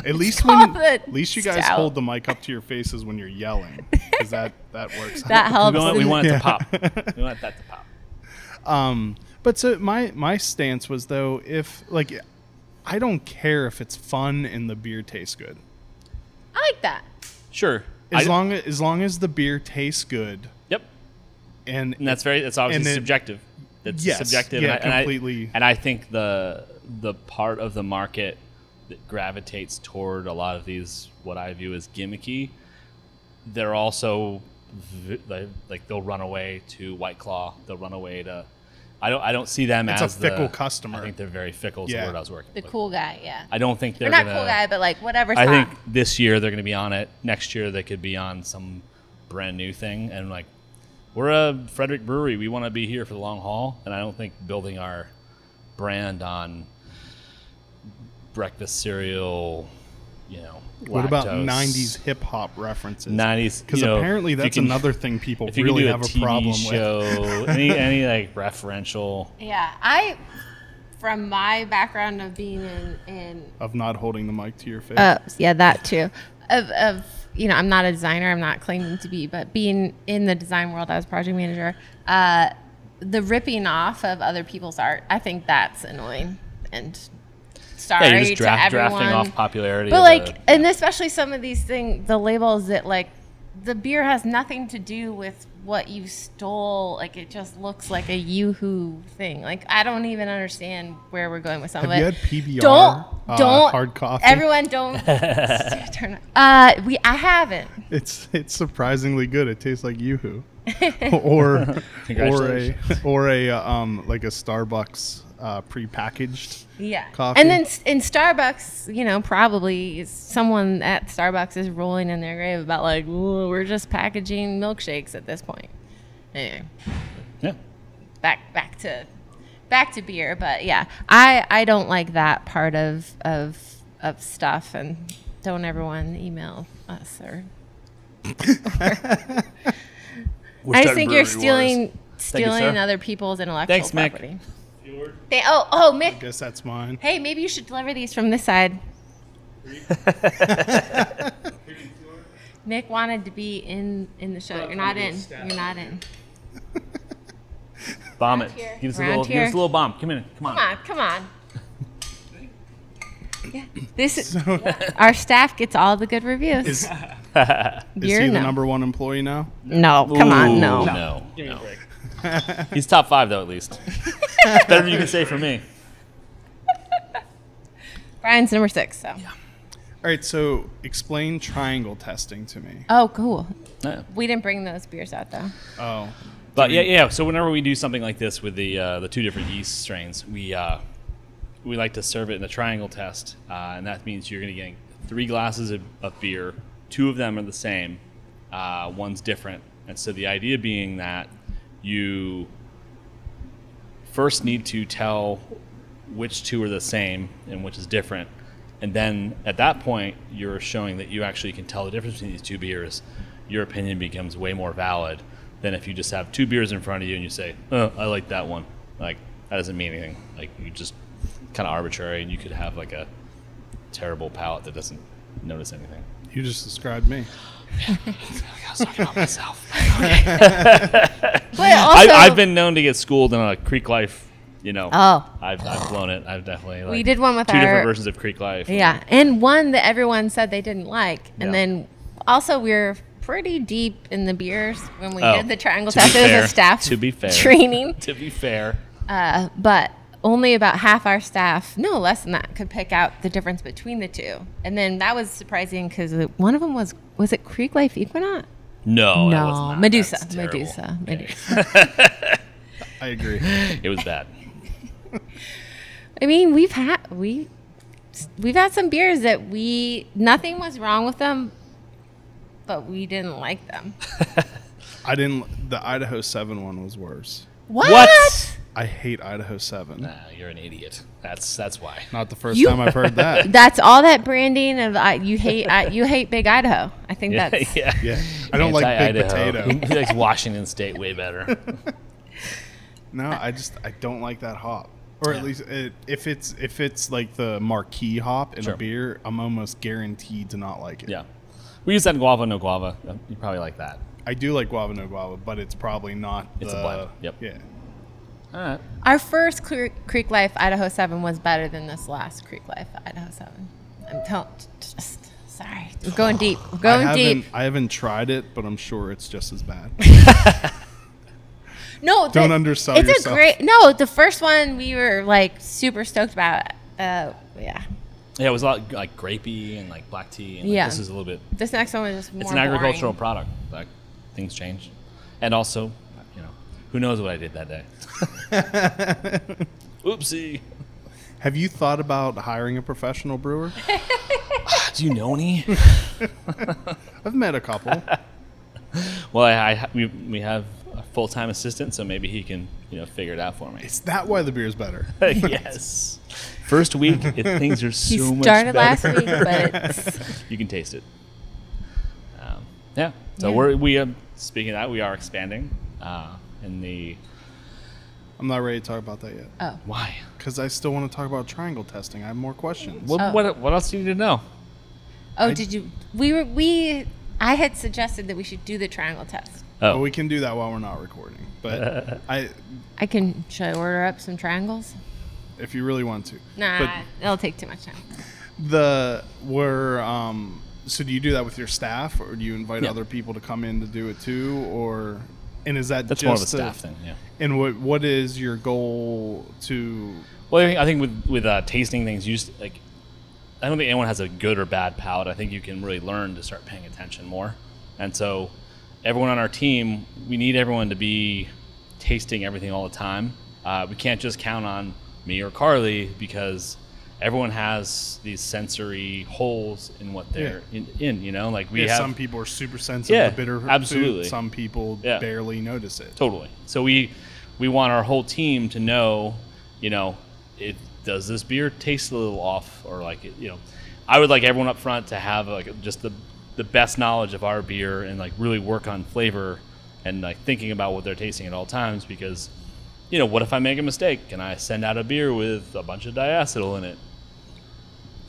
[SPEAKER 2] At least when,
[SPEAKER 3] called the
[SPEAKER 2] at least you guys
[SPEAKER 3] stout.
[SPEAKER 2] hold the mic up to your faces when you're yelling, because that that works.
[SPEAKER 3] that helps.
[SPEAKER 4] we, want, we
[SPEAKER 3] in-
[SPEAKER 4] want it
[SPEAKER 2] Yeah.
[SPEAKER 4] to pop. We want that to pop.
[SPEAKER 2] Um, but so my my stance was though if like I don't care if it's fun and the beer tastes good.
[SPEAKER 3] I like that.
[SPEAKER 4] Sure. I
[SPEAKER 2] As
[SPEAKER 4] d-
[SPEAKER 2] long as long as the beer tastes good
[SPEAKER 4] Yep.
[SPEAKER 2] and
[SPEAKER 4] And that's very that's obviously
[SPEAKER 2] And it-
[SPEAKER 4] subjective. That's
[SPEAKER 2] Yes,
[SPEAKER 4] subjective.
[SPEAKER 2] yeah,
[SPEAKER 4] and I,
[SPEAKER 2] completely.
[SPEAKER 4] And I, and I think the the part of the market that gravitates toward a lot of these what I view as gimmicky, they're also v- they- like they'll run away to White Claw. They'll run away to. I don't. I don't see them
[SPEAKER 2] It's a
[SPEAKER 4] as the-
[SPEAKER 2] fickle customer.
[SPEAKER 4] I think they're very fickle. Is
[SPEAKER 2] Yeah.
[SPEAKER 4] the word I was working.
[SPEAKER 3] The
[SPEAKER 4] with.
[SPEAKER 3] cool guy, yeah.
[SPEAKER 4] I don't think they're
[SPEAKER 3] Or not
[SPEAKER 4] gonna,
[SPEAKER 3] cool guy, but like whatever's
[SPEAKER 4] I
[SPEAKER 3] hot.
[SPEAKER 4] think this year they're going to be on it. Next year they could be on some brand new thing. And like, we're a Frederick Brewery. We want to be here for the long haul. And I don't think building our brand on breakfast cereal, you know,
[SPEAKER 2] what about
[SPEAKER 4] lactose,
[SPEAKER 2] nineties hip hop references?
[SPEAKER 4] 90s?
[SPEAKER 2] Because
[SPEAKER 4] you know,
[SPEAKER 2] apparently
[SPEAKER 4] if you
[SPEAKER 2] that's
[SPEAKER 4] can-
[SPEAKER 2] another thing people
[SPEAKER 4] If you
[SPEAKER 2] really
[SPEAKER 4] can
[SPEAKER 2] have
[SPEAKER 4] do a,
[SPEAKER 2] a,
[SPEAKER 4] TV
[SPEAKER 2] problem with.
[SPEAKER 4] show, any any like referential.
[SPEAKER 3] Yeah, I, from my background of being in, in
[SPEAKER 2] Of not holding the mic to your face.
[SPEAKER 3] uh, yeah, that too, of, of, you know, I'm not a designer, I'm not claiming to be, but being in the design world as project manager, uh, the ripping off of other people's art, I think that's annoying. And sorry
[SPEAKER 4] Yeah, you're just
[SPEAKER 3] to
[SPEAKER 4] draft,
[SPEAKER 3] everyone.
[SPEAKER 4] drafting off popularity.
[SPEAKER 3] But
[SPEAKER 4] of
[SPEAKER 3] like,
[SPEAKER 4] the-
[SPEAKER 3] and especially some of these things, the labels that like, the beer has nothing to do with what you stole. Like, it just looks like a YooHoo thing. Like, I don't even understand where we're going with some
[SPEAKER 2] Have
[SPEAKER 3] of
[SPEAKER 2] you
[SPEAKER 3] it.
[SPEAKER 2] had PBR?
[SPEAKER 3] Don't,
[SPEAKER 2] uh,
[SPEAKER 3] don't,
[SPEAKER 2] hard coffee.
[SPEAKER 3] Everyone, don't. turn it- uh, we, I haven't.
[SPEAKER 2] It's it's surprisingly good. It tastes like YooHoo, or or a
[SPEAKER 4] Congratulations.
[SPEAKER 2] or a uh, um like a Starbucks uh, prepackaged.
[SPEAKER 3] Yeah.
[SPEAKER 2] Coffee.
[SPEAKER 3] And then s- in Starbucks, you know, probably is- someone at Starbucks is rolling in their grave about like, "Ooh, we're just packaging milkshakes at this point. Anyway.
[SPEAKER 4] yeah.
[SPEAKER 3] back back to back to beer but yeah i i don't like that part of of of stuff and don't everyone email us or i just think you're stealing stealing
[SPEAKER 4] sir.
[SPEAKER 3] other people's intellectual
[SPEAKER 4] Thanks, Mick.
[SPEAKER 3] property They- oh oh mick
[SPEAKER 2] guess that's mine.
[SPEAKER 3] hey maybe you should deliver these from this side mick wanted to be in in the show you're not in you're not in
[SPEAKER 4] Bomb it.
[SPEAKER 3] here.
[SPEAKER 4] Give us, a
[SPEAKER 3] Around
[SPEAKER 4] little, give us
[SPEAKER 3] here.
[SPEAKER 4] a little bomb. Come in. Come on.
[SPEAKER 3] come on come on yeah, this is, our staff gets all the good reviews.
[SPEAKER 2] Is, is
[SPEAKER 3] You're
[SPEAKER 2] he the
[SPEAKER 3] no.
[SPEAKER 2] number one employee now?
[SPEAKER 3] No, come on, no.
[SPEAKER 4] No. no. He's top five, though, at least. Better than you can say for me.
[SPEAKER 3] Brian's number six. So.
[SPEAKER 2] All right, so explain triangle testing to me.
[SPEAKER 3] Oh, cool.
[SPEAKER 4] Yeah.
[SPEAKER 3] We didn't bring those beers out though.
[SPEAKER 2] Oh,
[SPEAKER 4] But yeah, yeah. So whenever we do something like this with the uh, the two different yeast strains, we uh, we like to serve it in a triangle test, uh, and that means you're going to get three glasses of, of beer. Two of them are the same, uh, one's different, and so the idea being that you first need to tell which two are the same and which is different. And then at that point, you're showing that you actually can tell the difference between these two beers. Your opinion becomes way more valid than if you just have two beers in front of you and you say, oh, I like that one. Like, that doesn't mean anything. Like, you just kind of arbitrary and you could have like a terrible palate that doesn't notice anything.
[SPEAKER 2] you just described me.
[SPEAKER 4] I was talking about myself.
[SPEAKER 3] But
[SPEAKER 4] I,
[SPEAKER 3] also,
[SPEAKER 4] I've been known to get schooled in a Creek Life, you know.
[SPEAKER 3] Oh.
[SPEAKER 4] I've, I've blown it. I've definitely. Like,
[SPEAKER 3] We did one with
[SPEAKER 4] two different
[SPEAKER 3] our-
[SPEAKER 4] versions of Creek Life.
[SPEAKER 3] Yeah, and one that everyone said they didn't like, and
[SPEAKER 4] Yeah.
[SPEAKER 3] then also we are pretty deep in the beers when we
[SPEAKER 4] Oh,
[SPEAKER 3] did the triangle
[SPEAKER 4] to be
[SPEAKER 3] test. It was
[SPEAKER 4] fair-
[SPEAKER 3] a staff
[SPEAKER 4] to be fair.
[SPEAKER 3] training,
[SPEAKER 4] To be fair,
[SPEAKER 3] uh, but only about half our staff, no less than that, could pick out the difference between the two. And then that was surprising because one of them was was it Creek Life Equinox?
[SPEAKER 4] no, that was
[SPEAKER 3] no,
[SPEAKER 4] not.
[SPEAKER 3] Medusa,
[SPEAKER 4] That's terrible.
[SPEAKER 3] Medusa, Medusa.
[SPEAKER 2] I agree.
[SPEAKER 4] It was bad.
[SPEAKER 3] I mean, we've had we we've had some beers that we nothing was wrong with them, but we didn't like them.
[SPEAKER 2] I didn't. The Idaho Seven one was worse.
[SPEAKER 3] What?
[SPEAKER 2] I hate Idaho Seven.
[SPEAKER 4] Nah, you're an idiot. That's that's why.
[SPEAKER 2] Not the first
[SPEAKER 3] You-
[SPEAKER 2] time I've heard that.
[SPEAKER 3] That's all that branding of I, you hate I, you hate Big Idaho. I think that's
[SPEAKER 4] yeah.
[SPEAKER 2] Yeah, I don't like big
[SPEAKER 4] Anti-Idaho.
[SPEAKER 2] potato.
[SPEAKER 4] He likes Washington State way better.
[SPEAKER 2] No, I just I don't like that hop. Or at least it, if it's if it's like the marquee hop in
[SPEAKER 4] Sure.
[SPEAKER 2] a beer, I'm almost guaranteed to not like it.
[SPEAKER 4] Yeah, we use that in guava, no guava. Uh, You probably like that.
[SPEAKER 2] I do like guava no guava, but it's probably not.
[SPEAKER 4] It's a
[SPEAKER 2] the-
[SPEAKER 4] blend. Yep.
[SPEAKER 2] Yeah.
[SPEAKER 4] All right.
[SPEAKER 3] Our first Cre- Creek Life Idaho 7 was better than this last Creek Life Idaho 7. I'm telling, just, sorry. I'm going deep. I'm
[SPEAKER 2] I
[SPEAKER 3] going
[SPEAKER 2] haven't,
[SPEAKER 3] deep.
[SPEAKER 2] I haven't tried it, but I'm sure it's just as bad.
[SPEAKER 3] No, the-
[SPEAKER 2] Don't undersell
[SPEAKER 3] it's
[SPEAKER 2] yourself.
[SPEAKER 3] a great, no, the first one we were like super stoked about. Uh, yeah.
[SPEAKER 4] Yeah, it was a lot like grapey and like black tea. And, like,
[SPEAKER 3] Yeah.
[SPEAKER 4] This is a little bit.
[SPEAKER 3] This next one was just more
[SPEAKER 4] it's an agricultural
[SPEAKER 3] boring.
[SPEAKER 4] product. Like things change, and also, you know, who knows what I did that day? Oopsie.
[SPEAKER 2] Have you thought about hiring a professional brewer?
[SPEAKER 4] Do you know any?
[SPEAKER 2] I've met a couple.
[SPEAKER 4] well, I, I we, we have a full time assistant, so maybe he can you know figure it out for me.
[SPEAKER 2] Is that why the beer's better?
[SPEAKER 4] yes. First week, it, things are so
[SPEAKER 3] He
[SPEAKER 4] much
[SPEAKER 3] started
[SPEAKER 4] better.
[SPEAKER 3] last week, but it's,
[SPEAKER 4] you can taste it. Um, yeah. So
[SPEAKER 3] Yeah.
[SPEAKER 4] we're we um, speaking of that we are expanding uh, in the
[SPEAKER 2] I'm not ready to talk about that yet
[SPEAKER 3] oh.
[SPEAKER 4] why.
[SPEAKER 2] because I still want to talk about triangle testing. I have more questions.
[SPEAKER 4] What,
[SPEAKER 3] Oh.
[SPEAKER 4] what what else do you need to know?
[SPEAKER 3] Oh, did you? We were we. I had suggested that we should do the triangle test.
[SPEAKER 4] Oh,
[SPEAKER 2] But we can do that while we're not recording. But I,
[SPEAKER 3] I can. Should I order up some triangles?
[SPEAKER 2] if you really want to,
[SPEAKER 3] Nah,
[SPEAKER 2] But
[SPEAKER 3] it'll take too much time.
[SPEAKER 2] the were um. So do you do that with your staff, or do you invite
[SPEAKER 4] Yeah.
[SPEAKER 2] other people to come in to do it too, or? And is that
[SPEAKER 4] That's
[SPEAKER 2] just
[SPEAKER 4] more of a
[SPEAKER 3] uh,
[SPEAKER 2] to-
[SPEAKER 4] staff thing. Yeah.
[SPEAKER 2] And what what is your goal to?
[SPEAKER 4] Well, I think- I think with with uh, tasting things, you just like. I don't think anyone has a good or bad palate. I think you can really learn to start paying attention more. And so, everyone on our team, we need everyone to be tasting everything all the time. Uh, we can't just count on me or Carly because everyone has these sensory holes in what they're in, in. You know, like we
[SPEAKER 2] yeah,
[SPEAKER 4] have
[SPEAKER 2] some people are super sensitive
[SPEAKER 4] Yeah,
[SPEAKER 2] to bitter food,
[SPEAKER 4] absolutely.
[SPEAKER 2] Some people
[SPEAKER 4] Yeah.
[SPEAKER 2] barely notice it.
[SPEAKER 4] Totally. So we we want our whole team to know, you know, it does this beer taste a little off or like it, you know, I would like everyone up front to have like just the the best knowledge of our beer and like really work on flavor and like thinking about what they're tasting at all times because you know, what if I make a mistake and I send out a beer with a bunch of diacetyl in it?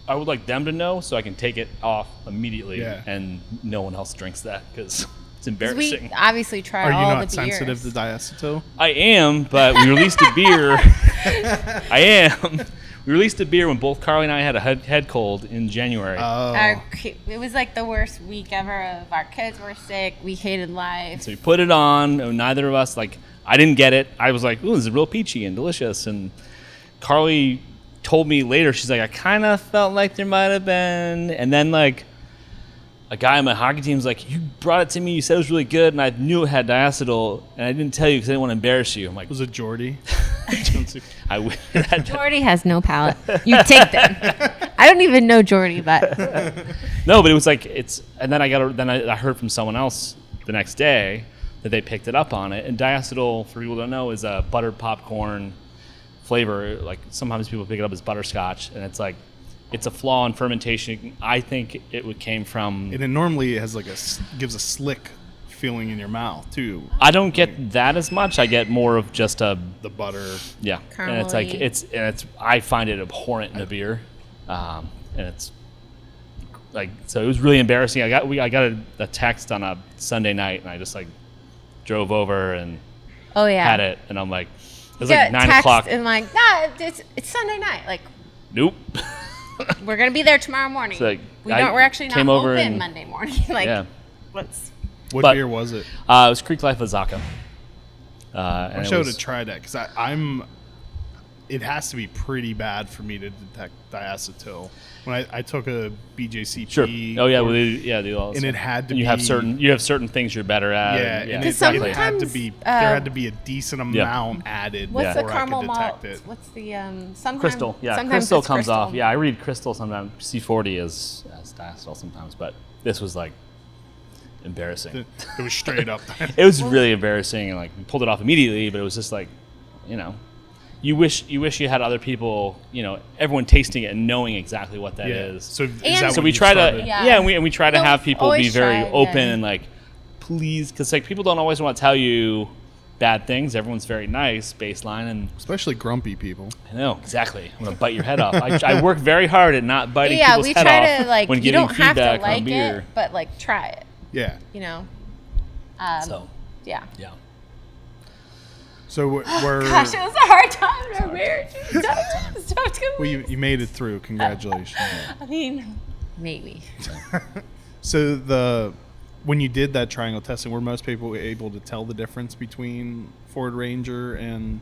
[SPEAKER 4] I would like them to know so I can take it off immediately
[SPEAKER 2] Yeah.
[SPEAKER 4] and no one else drinks that because it's
[SPEAKER 3] 'Cause
[SPEAKER 4] embarrassing.
[SPEAKER 3] We obviously try
[SPEAKER 2] Are you
[SPEAKER 3] all
[SPEAKER 2] not
[SPEAKER 3] the
[SPEAKER 2] sensitive to
[SPEAKER 3] beers.
[SPEAKER 2] diacetyl?
[SPEAKER 4] I am, but we released a beer. I am. We released a beer when both Carly and I had a head, head cold in January.
[SPEAKER 2] Oh,
[SPEAKER 3] Our ki- it was like the worst week ever. Of our kids were sick. We hated life.
[SPEAKER 4] so we put it on, and neither of us, like, I didn't get it. I was like, ooh, this is real peachy and delicious. And Carly told me later, she's like, I kind of felt like there might have been. And then, like, a guy on my hockey team's like, you brought it to me. You said it was really good, and I knew it had diacetyl, and I didn't tell you because I didn't want to embarrass you. I'm like,
[SPEAKER 2] was it Jordy?
[SPEAKER 4] I wish that
[SPEAKER 3] Jordy has no palate. You take them. I don't even know Jordy, but
[SPEAKER 4] No, but it was like it's, and then I got, a, then I, I heard from someone else the next day that they picked it up on it. And diacetyl, for people who don't know, is a buttered popcorn flavor. Like sometimes people pick it up as butterscotch, and it's like it's a flaw in fermentation. I think it would came from.
[SPEAKER 2] And it normally has like a s- gives a slick feeling in your mouth too.
[SPEAKER 4] I don't get that as much. I get more of just a
[SPEAKER 2] The butter.
[SPEAKER 4] yeah, and it's like
[SPEAKER 3] Caramely.
[SPEAKER 4] it's and it's I find it abhorrent in a beer, um, and it's like so it was really embarrassing. I got we I got a, a text on a Sunday night, and I just like drove over and
[SPEAKER 3] oh yeah,
[SPEAKER 4] had it, and I'm like it was
[SPEAKER 3] Yeah,
[SPEAKER 4] like nine
[SPEAKER 3] text
[SPEAKER 4] o'clock.
[SPEAKER 3] And like, nah, it's it's Sunday night. Like,
[SPEAKER 4] nope.
[SPEAKER 3] we're gonna be there tomorrow morning.
[SPEAKER 4] It's like,
[SPEAKER 3] we
[SPEAKER 4] I
[SPEAKER 3] don't. We're actually
[SPEAKER 4] came
[SPEAKER 3] not
[SPEAKER 4] over
[SPEAKER 3] open
[SPEAKER 4] and-
[SPEAKER 3] Monday morning. like,
[SPEAKER 4] yeah,
[SPEAKER 3] let's.
[SPEAKER 2] What
[SPEAKER 4] But-
[SPEAKER 2] beer was it?
[SPEAKER 4] uh, it was Creek Life Azaka. Uh, and
[SPEAKER 2] I
[SPEAKER 4] it
[SPEAKER 2] wish I would
[SPEAKER 4] was-
[SPEAKER 2] have tried that because I'm. It has to be pretty bad for me to detect diacetyl. When I, I took a BJCP.
[SPEAKER 4] Sure. Oh yeah,
[SPEAKER 2] course-
[SPEAKER 4] well, they, yeah, they all
[SPEAKER 2] And it had to
[SPEAKER 4] You have
[SPEAKER 2] be-
[SPEAKER 4] certain you have certain things you're better at.
[SPEAKER 2] yeah,
[SPEAKER 4] and-
[SPEAKER 2] and it,
[SPEAKER 3] Because
[SPEAKER 2] it had to
[SPEAKER 3] sometimes,
[SPEAKER 2] be
[SPEAKER 3] uh,
[SPEAKER 2] there had to be a decent amount added
[SPEAKER 3] What's the
[SPEAKER 2] before I
[SPEAKER 3] caramel
[SPEAKER 2] could
[SPEAKER 3] malt?
[SPEAKER 2] detect it.
[SPEAKER 3] What's the um? Sometimes
[SPEAKER 4] crystal. Yeah,
[SPEAKER 3] sometimes
[SPEAKER 4] crystal
[SPEAKER 3] it's
[SPEAKER 4] comes off.
[SPEAKER 3] crystal.
[SPEAKER 4] Yeah, I read crystal sometimes. C40 is as diacetyl sometimes, but this was like embarrassing.
[SPEAKER 2] It was straight up.
[SPEAKER 4] it was really embarrassing, and like we pulled it off immediately. But it was just like, you know, you wish you wish you had other people, you know, everyone tasting it and knowing exactly what that is.
[SPEAKER 2] yeah. So, is
[SPEAKER 3] And-
[SPEAKER 2] that
[SPEAKER 4] So
[SPEAKER 2] when
[SPEAKER 4] we
[SPEAKER 2] you
[SPEAKER 4] try to
[SPEAKER 2] started?
[SPEAKER 4] yeah.
[SPEAKER 3] Yeah.
[SPEAKER 4] and we and we try to
[SPEAKER 3] No,
[SPEAKER 4] have
[SPEAKER 3] we
[SPEAKER 4] people be
[SPEAKER 3] always
[SPEAKER 4] very
[SPEAKER 3] try,
[SPEAKER 4] open
[SPEAKER 3] yeah.
[SPEAKER 4] and like please because like people don't always want to tell you bad things. Everyone's very nice baseline and
[SPEAKER 2] Especially grumpy people.
[SPEAKER 4] I know exactly. I'm gonna bite your head off. I, I work very hard at not biting
[SPEAKER 3] Yeah,
[SPEAKER 4] people's
[SPEAKER 3] we
[SPEAKER 4] head
[SPEAKER 3] try
[SPEAKER 4] off
[SPEAKER 3] to like.
[SPEAKER 4] when
[SPEAKER 3] You
[SPEAKER 4] giving
[SPEAKER 3] don't have
[SPEAKER 4] feedback
[SPEAKER 3] to
[SPEAKER 4] on
[SPEAKER 3] like
[SPEAKER 4] beer.
[SPEAKER 3] it, but like try it.
[SPEAKER 2] Yeah.
[SPEAKER 3] You know. Um,
[SPEAKER 4] So
[SPEAKER 3] yeah.
[SPEAKER 4] yeah,
[SPEAKER 2] So we're, we're
[SPEAKER 3] Oh, Gosh, it was a hard time in our marriage. It was so tough.
[SPEAKER 2] well, you, you made it through. Congratulations.
[SPEAKER 3] I mean, maybe.
[SPEAKER 2] so the when you did that triangle testing, were most people able to tell the difference between Ford Ranger and?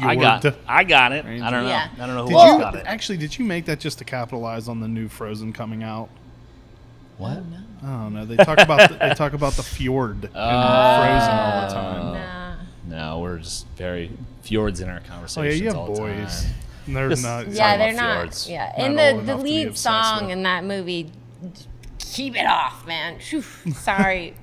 [SPEAKER 4] I
[SPEAKER 2] Fjord?
[SPEAKER 4] got, I got it. I don't know.
[SPEAKER 3] Yeah.
[SPEAKER 4] I don't know who
[SPEAKER 2] Did
[SPEAKER 4] else
[SPEAKER 2] you,
[SPEAKER 4] got it.
[SPEAKER 2] Actually, did you make that just to capitalize on the new Frozen coming out?
[SPEAKER 4] What?
[SPEAKER 2] I don't know. They talk about the, they talk about the fjord in Frozen
[SPEAKER 4] Ah.
[SPEAKER 2] all the time.
[SPEAKER 3] Nah.
[SPEAKER 4] Uh, No, we're just very fjords in our
[SPEAKER 2] Oh yeah,
[SPEAKER 4] conversations.
[SPEAKER 2] you have
[SPEAKER 4] all the
[SPEAKER 2] boys.
[SPEAKER 4] time.
[SPEAKER 2] They're not.
[SPEAKER 3] Yeah,
[SPEAKER 4] about
[SPEAKER 3] they're not.
[SPEAKER 4] fjords.
[SPEAKER 3] Yeah,
[SPEAKER 2] Not
[SPEAKER 3] and
[SPEAKER 2] old
[SPEAKER 3] the, the
[SPEAKER 2] enough to be
[SPEAKER 3] lead
[SPEAKER 2] obsessed
[SPEAKER 3] song
[SPEAKER 2] with.
[SPEAKER 3] in that movie, keep it off, man. Phew. Sorry,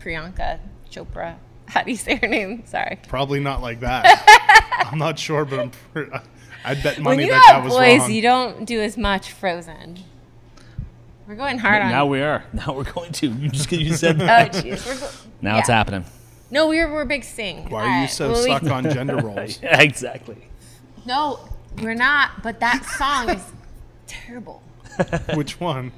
[SPEAKER 3] Priyanka Chopra. How do you say her name? Sorry.
[SPEAKER 2] Probably not like that. I'm not sure, but I'm. Pre- I bet money
[SPEAKER 3] when you
[SPEAKER 2] that that
[SPEAKER 3] have
[SPEAKER 2] was
[SPEAKER 3] boys,
[SPEAKER 2] wrong.
[SPEAKER 3] you don't do as much Frozen. We're going hard on.
[SPEAKER 4] Now we are. Now we're going to. You just 'cause you said
[SPEAKER 3] oh,
[SPEAKER 4] that.
[SPEAKER 3] jeez. We're go-
[SPEAKER 4] Now it's
[SPEAKER 3] yeah.
[SPEAKER 4] happening.
[SPEAKER 3] No, we were, we're big sing.
[SPEAKER 2] Why are you
[SPEAKER 3] Alright,
[SPEAKER 2] so
[SPEAKER 3] well, we-
[SPEAKER 2] stuck on gender roles?
[SPEAKER 4] Yeah, exactly.
[SPEAKER 3] No, we're not. But that song is terrible.
[SPEAKER 2] Which one?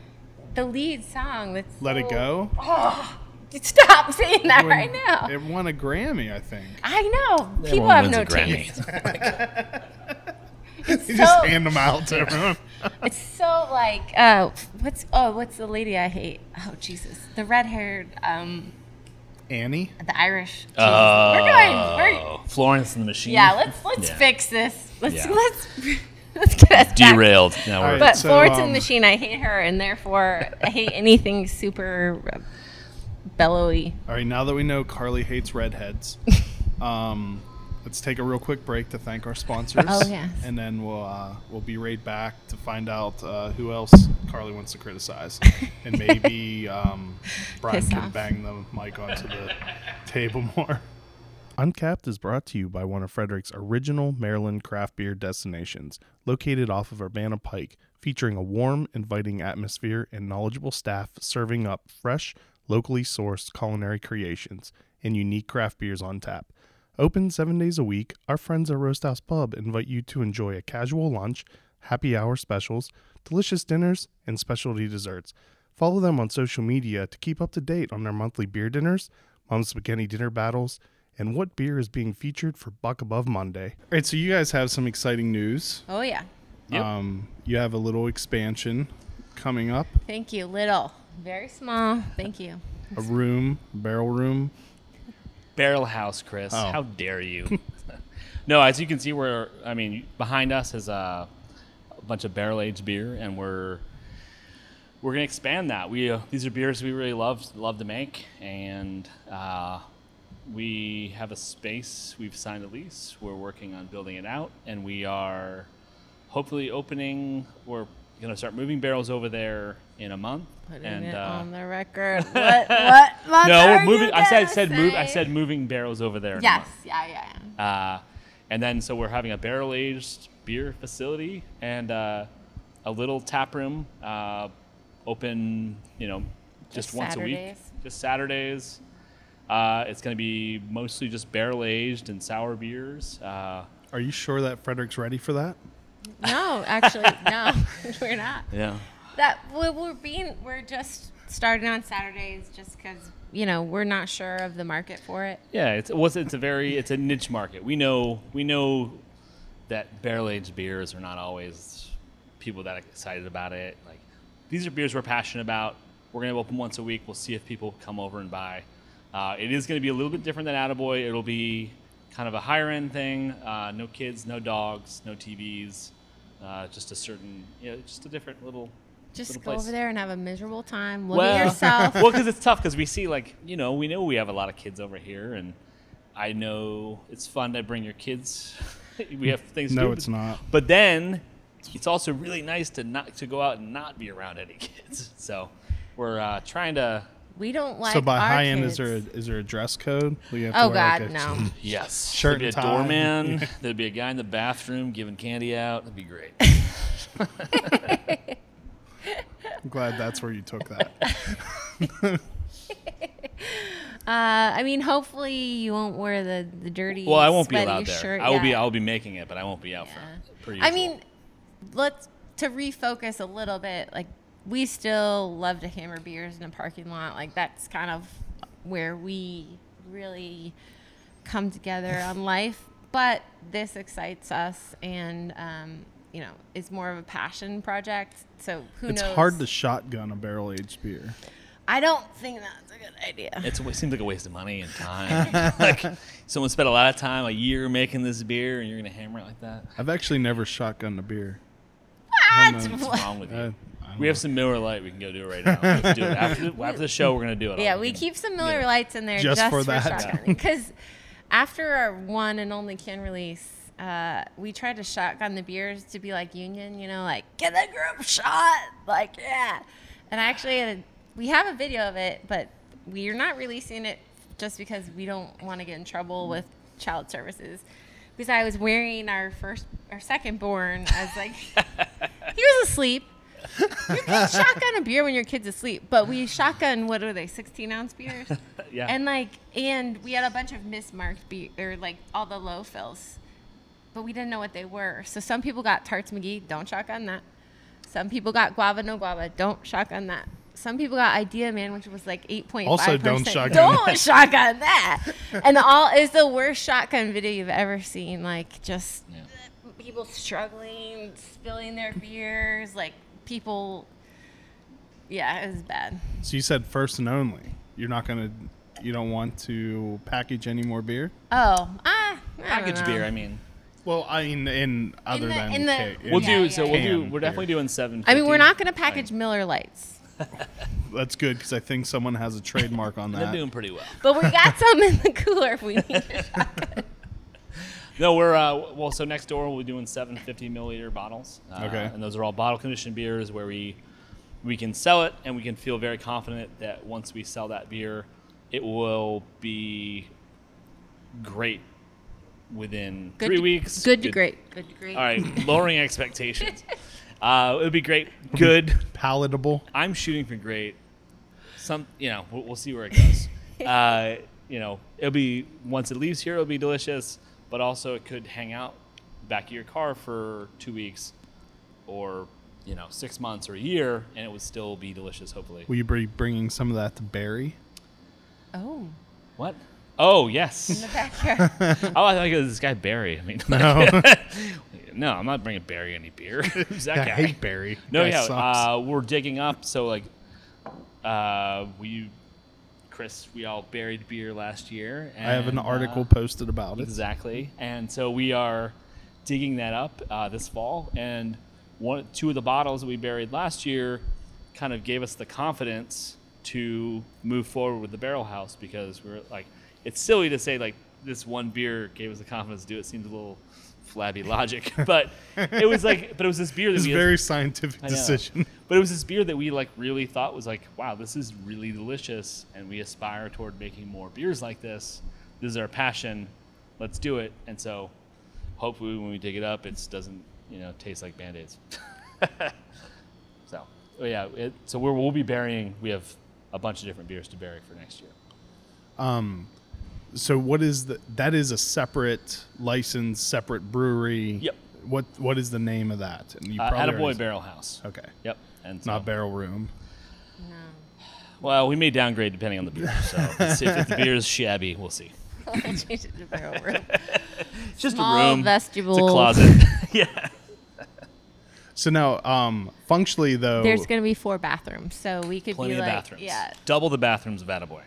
[SPEAKER 3] The lead song. That's
[SPEAKER 2] Let it
[SPEAKER 3] so- Oh,
[SPEAKER 2] go.
[SPEAKER 3] Stop saying that
[SPEAKER 2] When-
[SPEAKER 3] right now.
[SPEAKER 2] It won a Grammy, I think.
[SPEAKER 3] I know. People
[SPEAKER 4] Everyone
[SPEAKER 3] have
[SPEAKER 4] wins
[SPEAKER 3] no
[SPEAKER 4] a
[SPEAKER 3] taste.
[SPEAKER 4] Grammy.
[SPEAKER 3] It's
[SPEAKER 2] You just
[SPEAKER 3] so,
[SPEAKER 2] hand them out to everyone.
[SPEAKER 3] it's so like uh, what's oh what's the lady I hate? Oh Jesus, the red haired um
[SPEAKER 2] Annie.
[SPEAKER 3] the Irish. Jesus.
[SPEAKER 4] Oh,
[SPEAKER 3] we're going. We're,
[SPEAKER 4] Florence and the Machine.
[SPEAKER 3] yeah, let's let's
[SPEAKER 4] Yeah.
[SPEAKER 3] fix this. Let's
[SPEAKER 4] Yeah.
[SPEAKER 3] let's let's get us back.
[SPEAKER 4] Derailed. Now
[SPEAKER 2] All
[SPEAKER 4] we're.
[SPEAKER 2] right.
[SPEAKER 3] But
[SPEAKER 2] So,
[SPEAKER 3] Florence and
[SPEAKER 2] um,
[SPEAKER 3] the Machine, I hate her, and therefore I hate anything super uh, bellowy.
[SPEAKER 2] All right, now that we know Carly hates redheads, um, let's take a real quick break to thank our sponsors.
[SPEAKER 3] Oh, yes.
[SPEAKER 2] And then we'll uh, we'll be right back to find out uh, who else Carly wants to criticize, and maybe um, Brian
[SPEAKER 3] Piss
[SPEAKER 2] can
[SPEAKER 3] off.
[SPEAKER 2] bang the mic onto the table more.
[SPEAKER 1] Uncapped is brought to you by one of Frederick's original Maryland craft beer destinations, located off of Urbana Pike, featuring a warm, inviting atmosphere and knowledgeable staff serving up fresh, locally sourced culinary creations and unique craft beers on tap. Open seven days a week, our friends at Roast House Pub invite you to enjoy a casual lunch, happy hour specials, delicious dinners, and specialty desserts. Follow them on social media to keep up to date on their monthly beer dinners, Mom's Spaghetti Dinner Battles, and what beer is being featured for Buck Above Monday.
[SPEAKER 2] All right, so you guys have some exciting news.
[SPEAKER 3] Oh yeah,
[SPEAKER 4] Yep.
[SPEAKER 2] Um, you have a little expansion coming up,
[SPEAKER 3] thank you. Little, very small. Thank you.
[SPEAKER 2] a room, barrel room.
[SPEAKER 4] Barrel House, Chris.
[SPEAKER 2] Oh.
[SPEAKER 4] How dare you? no, as you can see, we're, I mean, behind us is a, a bunch of barrel aged beer, and we're, we're going to expand that. We, uh, these are beers we really love, love to make, and uh, we have a space. We've signed a lease. We're working on building it out, and we are hopefully opening. We're going to start moving barrels over there in a month.
[SPEAKER 3] Putting
[SPEAKER 4] and,
[SPEAKER 3] it
[SPEAKER 4] uh,
[SPEAKER 3] on the record. What? What? month
[SPEAKER 4] no,
[SPEAKER 3] are
[SPEAKER 4] we're
[SPEAKER 3] you
[SPEAKER 4] moving. I said,
[SPEAKER 3] gonna
[SPEAKER 4] said move. I
[SPEAKER 3] say?
[SPEAKER 4] said moving barrels over there. in a
[SPEAKER 3] Yes.
[SPEAKER 4] month.
[SPEAKER 3] Yeah. Yeah. yeah.
[SPEAKER 4] Uh, and then so we're having a barrel aged beer facility and uh, a little tap room uh, open, you know, just,
[SPEAKER 3] Just
[SPEAKER 4] once a week,
[SPEAKER 3] Saturdays.
[SPEAKER 4] just Saturdays. Uh, it's going to be mostly just barrel aged and sour beers. Uh,
[SPEAKER 2] Are you sure that Frederick's ready for that?
[SPEAKER 3] No, actually, no, we're not.
[SPEAKER 4] yeah.
[SPEAKER 3] That we- we're being, we're just starting on Saturdays, just because you know we're not sure of the market for it.
[SPEAKER 4] Yeah, it's well, it's- it's a very it's a niche market. We know we know that barrel aged beers are not always people that excited about it. Like these are beers we're passionate about. We're gonna open once a week. We'll see if people come over and buy. Uh, it is gonna be a little bit different than Attaboy. It'll be kind of a higher end thing. Uh, no kids, no dogs, no TVs. Uh, just a certain, you know, just a different little.
[SPEAKER 3] Just
[SPEAKER 4] little
[SPEAKER 3] go
[SPEAKER 4] place.
[SPEAKER 3] over there and have a miserable time. Look
[SPEAKER 4] Well-
[SPEAKER 3] at yourself.
[SPEAKER 4] well, because it's tough because we see like you know we know we have a lot of kids over here, and I know it's fun to bring your kids. we have things. to
[SPEAKER 2] No,
[SPEAKER 4] do,
[SPEAKER 2] it's
[SPEAKER 4] but-
[SPEAKER 2] not.
[SPEAKER 4] But then it's also really nice to not to go out and not be around any kids. So we're uh, trying to.
[SPEAKER 3] we don't like.
[SPEAKER 2] so by
[SPEAKER 3] our
[SPEAKER 2] high end,
[SPEAKER 3] kids.
[SPEAKER 2] is there a, is there a dress code? Will you have
[SPEAKER 3] Oh
[SPEAKER 2] wear, like,
[SPEAKER 3] God,
[SPEAKER 2] a-
[SPEAKER 3] no.
[SPEAKER 4] Yes,
[SPEAKER 2] Shirt
[SPEAKER 4] there'd be a
[SPEAKER 2] and tie.
[SPEAKER 4] doorman. there'd be a guy in the bathroom giving candy out. That'd be great.
[SPEAKER 2] I'm glad that's where you took that.
[SPEAKER 3] Uh, I mean, hopefully you won't wear the the dirty.
[SPEAKER 4] Well, I won't be
[SPEAKER 3] sweaty
[SPEAKER 4] allowed there.
[SPEAKER 3] Shirt.
[SPEAKER 4] I will be.
[SPEAKER 3] yeah.
[SPEAKER 4] I'll be making it, but I won't be out front. Per
[SPEAKER 3] I
[SPEAKER 4] usual.
[SPEAKER 3] mean, let's to refocus a little bit. Like we still love to hammer beers in a parking lot. Like that's kind of where we really come together on life. But this excites us, and um, you know, it's more of a passion project. So who
[SPEAKER 2] It's
[SPEAKER 3] knows?
[SPEAKER 2] hard to shotgun a barrel aged beer.
[SPEAKER 3] I don't think that's a good idea.
[SPEAKER 4] It's, it seems like a waste of money and time. like someone spent a lot of time, a year making this beer, and you're gonna hammer it like that.
[SPEAKER 2] I've actually never shotgunned a beer.
[SPEAKER 3] What?
[SPEAKER 4] What's wrong with you?
[SPEAKER 2] Uh,
[SPEAKER 4] we have some Miller Light. We can go do it right now. Let's do it after the, after the show. We're gonna do it.
[SPEAKER 3] Yeah,
[SPEAKER 4] I'll-
[SPEAKER 3] we keep some Miller Lights in there
[SPEAKER 2] Just
[SPEAKER 3] just,
[SPEAKER 2] for
[SPEAKER 3] for,
[SPEAKER 2] that.
[SPEAKER 3] shotgun. Because after our one and only can release, uh, we tried to shotgun the beers to be like Union, you know, like get the group shot, like yeah. And I actually, had a, we have a video of it, but we're not releasing it just because we don't want to get in trouble with child services. Because I was wearing our first, our second born, I was like, he was asleep shotgun a beer when your kid's asleep, but we shotgun what are they, sixteen ounce beers?
[SPEAKER 4] Yeah.
[SPEAKER 3] And like, and we had a bunch of mismarked beer, or like all the low fills, but we didn't know what they were. So some people got Tarts McGee, don't shotgun that. Some people got Guava No Guava, don't shotgun that. Some people got Idea Man, which was like eight point five.
[SPEAKER 1] Also don't shotgun
[SPEAKER 3] Don't shotgun that. And all is the worst shotgun video you've ever seen. Like just
[SPEAKER 4] Yeah.
[SPEAKER 3] people struggling, spilling their beers, like people. Yeah, it was bad.
[SPEAKER 2] So you said first and only. You're not gonna. You don't want to package any more beer.
[SPEAKER 3] Oh, ah, I
[SPEAKER 4] package
[SPEAKER 3] don't know.
[SPEAKER 4] beer. I mean,
[SPEAKER 2] Well, I mean, in other
[SPEAKER 3] the-
[SPEAKER 2] than
[SPEAKER 3] in the-
[SPEAKER 2] cake,
[SPEAKER 4] we'll
[SPEAKER 2] yeah.
[SPEAKER 3] Yeah,
[SPEAKER 4] do.
[SPEAKER 3] yeah,
[SPEAKER 4] so we'll
[SPEAKER 2] yeah.
[SPEAKER 4] do.
[SPEAKER 2] Can
[SPEAKER 4] We're definitely doing seven.
[SPEAKER 3] I mean, we're not going to package Miller Lights,
[SPEAKER 2] that's good because I think someone has a trademark on
[SPEAKER 4] They're
[SPEAKER 2] that.
[SPEAKER 4] doing pretty well.
[SPEAKER 3] but we got some in the cooler if we need it.
[SPEAKER 4] No, we're uh, well. So next door, we'll be doing 750 milliliter bottles. Uh,
[SPEAKER 2] Okay.
[SPEAKER 4] And those are all bottle conditioned beers where we we can sell it, and we can feel very confident that once we sell that beer, it will be great within
[SPEAKER 3] Good
[SPEAKER 4] three
[SPEAKER 3] to-
[SPEAKER 4] weeks.
[SPEAKER 3] Good to great. Good to great.
[SPEAKER 4] All right, lowering expectations. Uh, it would be great. Good.
[SPEAKER 2] Palatable.
[SPEAKER 4] I'm shooting for great. Some, you know, we'll, we'll see where it goes. uh, you know, it'll be once it leaves here, it'll be delicious. But also, it could hang out back of your car for two weeks, or you know, six months or a year, and it would still be delicious. Hopefully.
[SPEAKER 2] Will you be bringing some of that to Barry?
[SPEAKER 3] Oh,
[SPEAKER 4] What? Oh
[SPEAKER 3] in
[SPEAKER 4] yes.
[SPEAKER 3] the backyard.
[SPEAKER 4] oh, I thought it was this guy Barry. I mean,
[SPEAKER 2] No.
[SPEAKER 4] no, I'm not bringing Barry any beer. Who's that
[SPEAKER 2] I
[SPEAKER 4] guy?
[SPEAKER 2] hate Barry.
[SPEAKER 4] No,
[SPEAKER 2] Guy
[SPEAKER 4] yeah,
[SPEAKER 2] sucks.
[SPEAKER 4] uh, we're digging up. So like, uh, we, Chris, we all buried beer last year. And,
[SPEAKER 2] I have an article
[SPEAKER 4] uh,
[SPEAKER 2] posted about it.
[SPEAKER 4] exactly, and so we are digging that up uh, this fall. And one, two of the bottles that we buried last year, kind of gave us the confidence to move forward with the barrel house because we're like, it's silly to say like this one beer gave us the confidence to do it. Seems a little flabby logic, but it was like, but it was this beer that
[SPEAKER 2] It's a
[SPEAKER 4] we
[SPEAKER 2] very scientific
[SPEAKER 4] I know.
[SPEAKER 2] decision.
[SPEAKER 4] But it was this beer that we like really thought was like, wow, this is really delicious, and we aspire toward making more beers like this. This is our passion. Let's do it. And so, hopefully, when we dig it up, it doesn't you know taste like band aids. so oh, yeah, it, so we're, we'll be burying. We have a bunch of different beers to bury for next year.
[SPEAKER 2] So what is the? That is a separate license, separate brewery.
[SPEAKER 4] Yep.
[SPEAKER 2] What What is the name of that? And you
[SPEAKER 4] Uh,
[SPEAKER 2] probably
[SPEAKER 4] Attaboy
[SPEAKER 2] already-
[SPEAKER 4] Barrel House.
[SPEAKER 2] Okay.
[SPEAKER 4] Yep. And so,
[SPEAKER 2] Not barrel room.
[SPEAKER 4] well, we may downgrade depending on the beer. So let's see if, if the beer is shabby, we'll see.
[SPEAKER 3] Change it to barrel room.
[SPEAKER 4] Oh. It's just a
[SPEAKER 3] Small
[SPEAKER 4] room.
[SPEAKER 3] vestibule.
[SPEAKER 4] It's a closet. yeah.
[SPEAKER 2] So now, um, functionally though,
[SPEAKER 3] There's going to be four bathrooms, so we could
[SPEAKER 4] Plenty
[SPEAKER 3] be
[SPEAKER 4] of
[SPEAKER 3] like,
[SPEAKER 4] bathrooms.
[SPEAKER 3] yeah.
[SPEAKER 4] Double the bathrooms of Attaboy.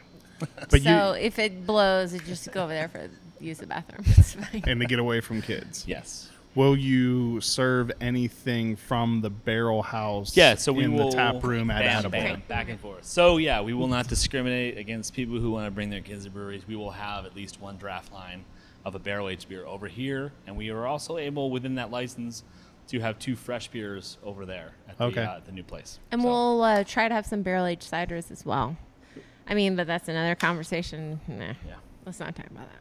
[SPEAKER 2] but
[SPEAKER 3] so
[SPEAKER 2] you
[SPEAKER 3] if it blows, it just go over there for use the bathroom. It's fine.
[SPEAKER 2] and to get away from kids.
[SPEAKER 4] Yes.
[SPEAKER 2] Will you serve anything from the barrel house?
[SPEAKER 4] Yeah, so we
[SPEAKER 2] in
[SPEAKER 4] will
[SPEAKER 2] the tap room at
[SPEAKER 4] bam,
[SPEAKER 2] Attaboy.
[SPEAKER 4] bam, back and forth. So yeah, we will not discriminate against people who want to bring their kids to breweries. We will have at least one draft line of a barrel aged beer over here, and we are also able within that license to have two fresh beers over there at the,
[SPEAKER 2] Okay.
[SPEAKER 4] uh, the new place.
[SPEAKER 3] And
[SPEAKER 4] So-
[SPEAKER 3] we'll uh, try to have some barrel aged ciders as well. I mean, but that's another conversation. Nah,
[SPEAKER 4] yeah.
[SPEAKER 3] let's not talk about that.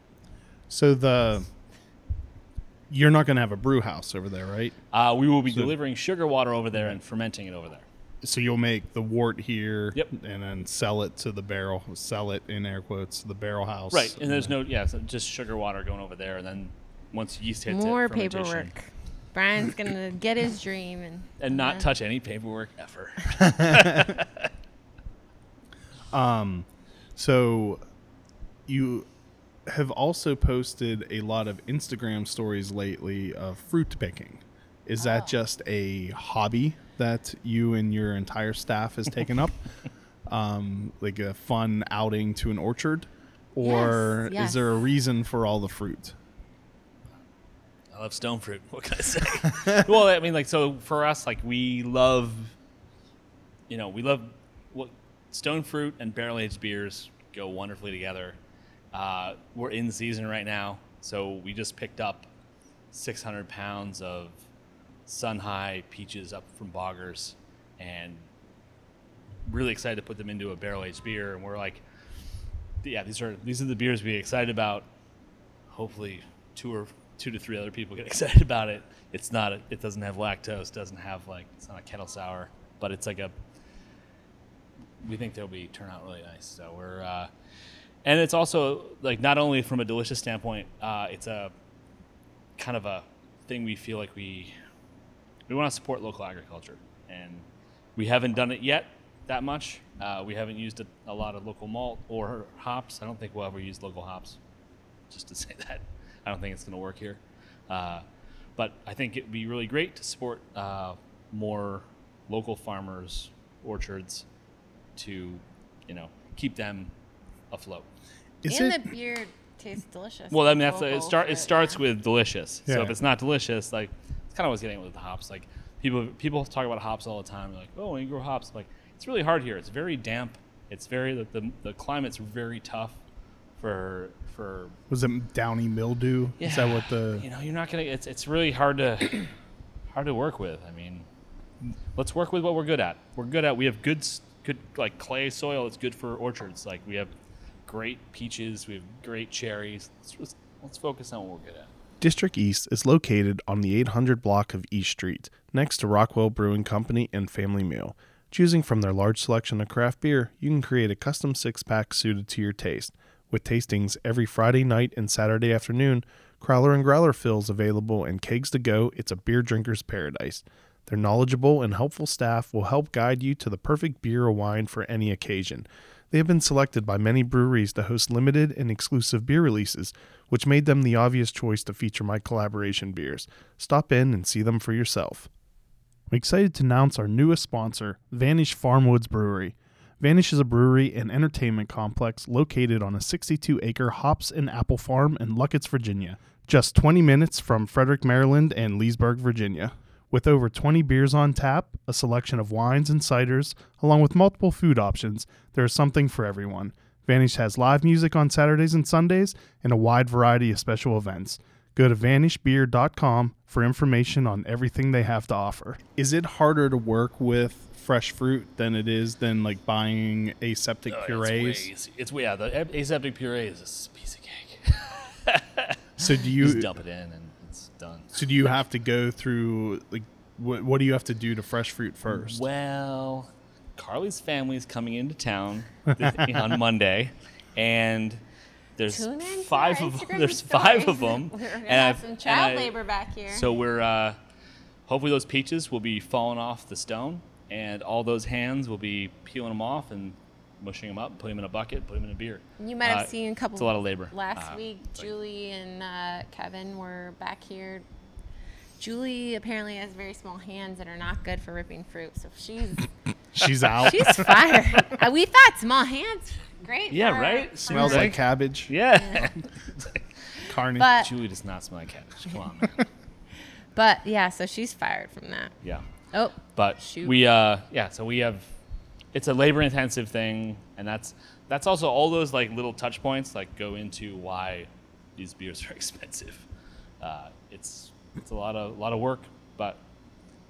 [SPEAKER 2] So the you're not going to have a brew house over there, right?
[SPEAKER 4] Uh, we will be delivering sugar water over
[SPEAKER 2] Mm-hmm.
[SPEAKER 4] there and fermenting it over there.
[SPEAKER 2] So you'll make the wort here,
[SPEAKER 4] Yep.
[SPEAKER 2] and then sell it to the barrel, sell it in air quotes, to the barrel house,
[SPEAKER 4] Right, and there's no yeah, so just sugar water going over there, and then once yeast hits it,
[SPEAKER 3] More
[SPEAKER 4] fermentation.
[SPEAKER 3] paperwork. Brian's going to get his dream and,
[SPEAKER 4] and not
[SPEAKER 3] Yeah.
[SPEAKER 4] touch any paperwork ever.
[SPEAKER 2] So you have also posted a lot of Instagram stories lately of fruit picking. Is
[SPEAKER 3] Ah.
[SPEAKER 2] that just a hobby that you and your entire staff has taken up? Um, like a fun outing to an orchard? Or
[SPEAKER 3] Yes,
[SPEAKER 2] is there a
[SPEAKER 3] yes.
[SPEAKER 2] reason for all the fruit?
[SPEAKER 4] I love stone fruit. What can I say? well, I mean, like, so for us, like, we love, you know, we love what stone fruit and barrel aged beers go wonderfully together. Uh, we're in season right now, so we just picked up 600 pounds of sun high peaches up from Boggers and really excited to put them into a barrel aged beer. And we're like, yeah, these are these are the beers we get excited about hopefully two or two to three other people get excited about it. It's not a, it doesn't have lactose, doesn't have like it's not a kettle sour, but it's like a we think they'll be turn out really nice. So we're uh, and it's also like not only from a delicious standpoint, uh, it's a kind of a thing we feel like we we want to support local agriculture, and we haven't done it yet that much. Uh, we haven't used a, a lot of local malt or hops. I don't think we'll ever use local hops just to say that. I don't think it's going to work here. Uh, but I think it'd be really great to support uh, more local farmers, orchards, to you know keep them afloat.
[SPEAKER 2] Is
[SPEAKER 3] and
[SPEAKER 2] it
[SPEAKER 3] the beer tastes delicious.
[SPEAKER 4] Well, I mean that's
[SPEAKER 3] Local
[SPEAKER 4] it. Start
[SPEAKER 3] fruit,
[SPEAKER 4] it starts
[SPEAKER 3] yeah.
[SPEAKER 4] with delicious.
[SPEAKER 2] Yeah.
[SPEAKER 4] So if it's not delicious, like it's kind of what I was getting at with the hops. Like people people talk about hops all the time. They're like, oh, when you grow hops, like it's really hard here. It's very damp. It's very the, the, the climate's very tough for for
[SPEAKER 2] was it downy mildew? Is that what the
[SPEAKER 4] you know you're not gonna it's, it's really hard to hard to work with i mean let's work with what we're good at we're good at we have good s- good like clay soil it's good for orchards like we have great peaches we have great cherries let's, just- let's focus on what we're good at
[SPEAKER 1] District East is located on the 800 block of East Street, next to Rockwell Brewing Company and Family Meal. Choosing from their large selection of craft beer, you can create a custom six pack suited to your taste. With tastings every Friday night and Saturday afternoon, Crowler and Growler fills available and kegs to go, it's a beer drinker's paradise. Their knowledgeable and helpful staff will help guide you to the perfect beer or wine for any occasion. They have been selected by many breweries to host limited and exclusive beer releases, which made them the obvious choice to feature my collaboration beers. Stop in and see them for yourself. I'm excited to announce our newest sponsor, Vanish Farmwoods Brewery. Vanish is a brewery and entertainment complex located on a 62 acre hops and apple farm in Luckett's, Virginia, just 20 minutes from Frederick, Maryland and Leesburg, Virginia. With over 20 beers on tap, a selection of wines and ciders, along with multiple food options, there is something for everyone. Vanish has live music on Saturdays and Sundays and a wide variety of special events. Go to vanishbeer.com for information on everything they have to offer.
[SPEAKER 2] is it harder to work with fresh fruit than it is than like buying aseptic
[SPEAKER 4] Oh, it's
[SPEAKER 2] purees?
[SPEAKER 4] way, easy- it's way yeah the a- aseptic puree is just a piece of cake
[SPEAKER 2] So do
[SPEAKER 4] just
[SPEAKER 2] you
[SPEAKER 4] dump it in and it's done
[SPEAKER 2] so do you have to go through like what what do you have to do to fresh fruit first?
[SPEAKER 4] Well, Carly's family's coming into town th- on Monday, and there's
[SPEAKER 3] Tune in to
[SPEAKER 4] five
[SPEAKER 3] our
[SPEAKER 4] of
[SPEAKER 3] Instagram
[SPEAKER 4] there's five
[SPEAKER 3] stories.
[SPEAKER 4] of them,
[SPEAKER 3] We're gonna
[SPEAKER 4] and
[SPEAKER 3] have
[SPEAKER 4] I've-
[SPEAKER 3] some
[SPEAKER 4] and
[SPEAKER 3] child
[SPEAKER 4] I-
[SPEAKER 3] labor back here.
[SPEAKER 4] So we're uh, hopefully those peaches will be falling off the stone, and all those hands will be peeling them off and mushing them up, putting them in a bucket, putting them in a beer.
[SPEAKER 3] you might have
[SPEAKER 4] Uh,
[SPEAKER 3] seen a couple.
[SPEAKER 4] It's a lot of labor.
[SPEAKER 3] Last
[SPEAKER 4] Uh,
[SPEAKER 3] week, Julie and uh, Kevin were back here. Julie apparently has very small hands that are not good for ripping fruit, so she's
[SPEAKER 2] She's out.
[SPEAKER 3] she's fired. Uh, we thought small hands, great.
[SPEAKER 4] Yeah,
[SPEAKER 3] for-
[SPEAKER 4] right?
[SPEAKER 3] for-
[SPEAKER 2] Smells like cabbage.
[SPEAKER 4] Yeah,
[SPEAKER 2] Carnage.
[SPEAKER 3] But
[SPEAKER 4] Julie does not smell like cabbage. Come on, man.
[SPEAKER 3] but yeah, so she's fired from that.
[SPEAKER 4] Yeah.
[SPEAKER 3] Oh,
[SPEAKER 4] but
[SPEAKER 3] Shoot.
[SPEAKER 4] we uh yeah so we have it's a labor intensive thing and that's that's also all those like little touch points like go into why these beers are expensive uh, it's it's a lot of a lot of work but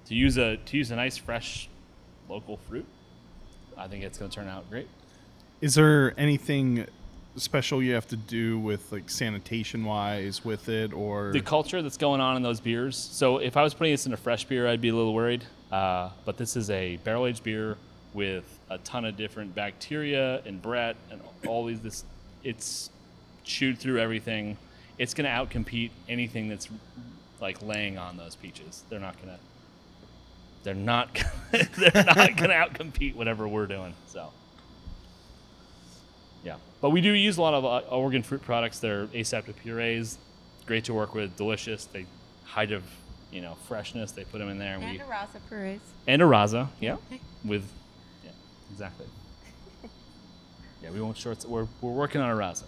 [SPEAKER 4] to use a to use a nice fresh local fruit i think it's going to turn out great
[SPEAKER 2] Is there anything special you have to do with like sanitation wise with it or
[SPEAKER 4] the culture that's going on in those beers. So if I was putting this in a fresh beer, I'd be a little worried. Uh, but this is a barrel aged beer with a ton of different bacteria and Brett and all these. This it's chewed through everything. It's going to outcompete anything that's like laying on those peaches. They're not going to. They're not. gonna- they're not going to outcompete whatever we're doing. So. Yeah, But we do use a lot of uh, Oregon fruit products. They're aseptic purees, great to work with, delicious. They hide of you know freshness. They put them in there, and,
[SPEAKER 3] And
[SPEAKER 4] we
[SPEAKER 3] a Rasa Perez.
[SPEAKER 4] and a raza, yeah,
[SPEAKER 3] Okay.
[SPEAKER 4] with yeah, exactly. yeah, we won't short. We're we're working on a raza.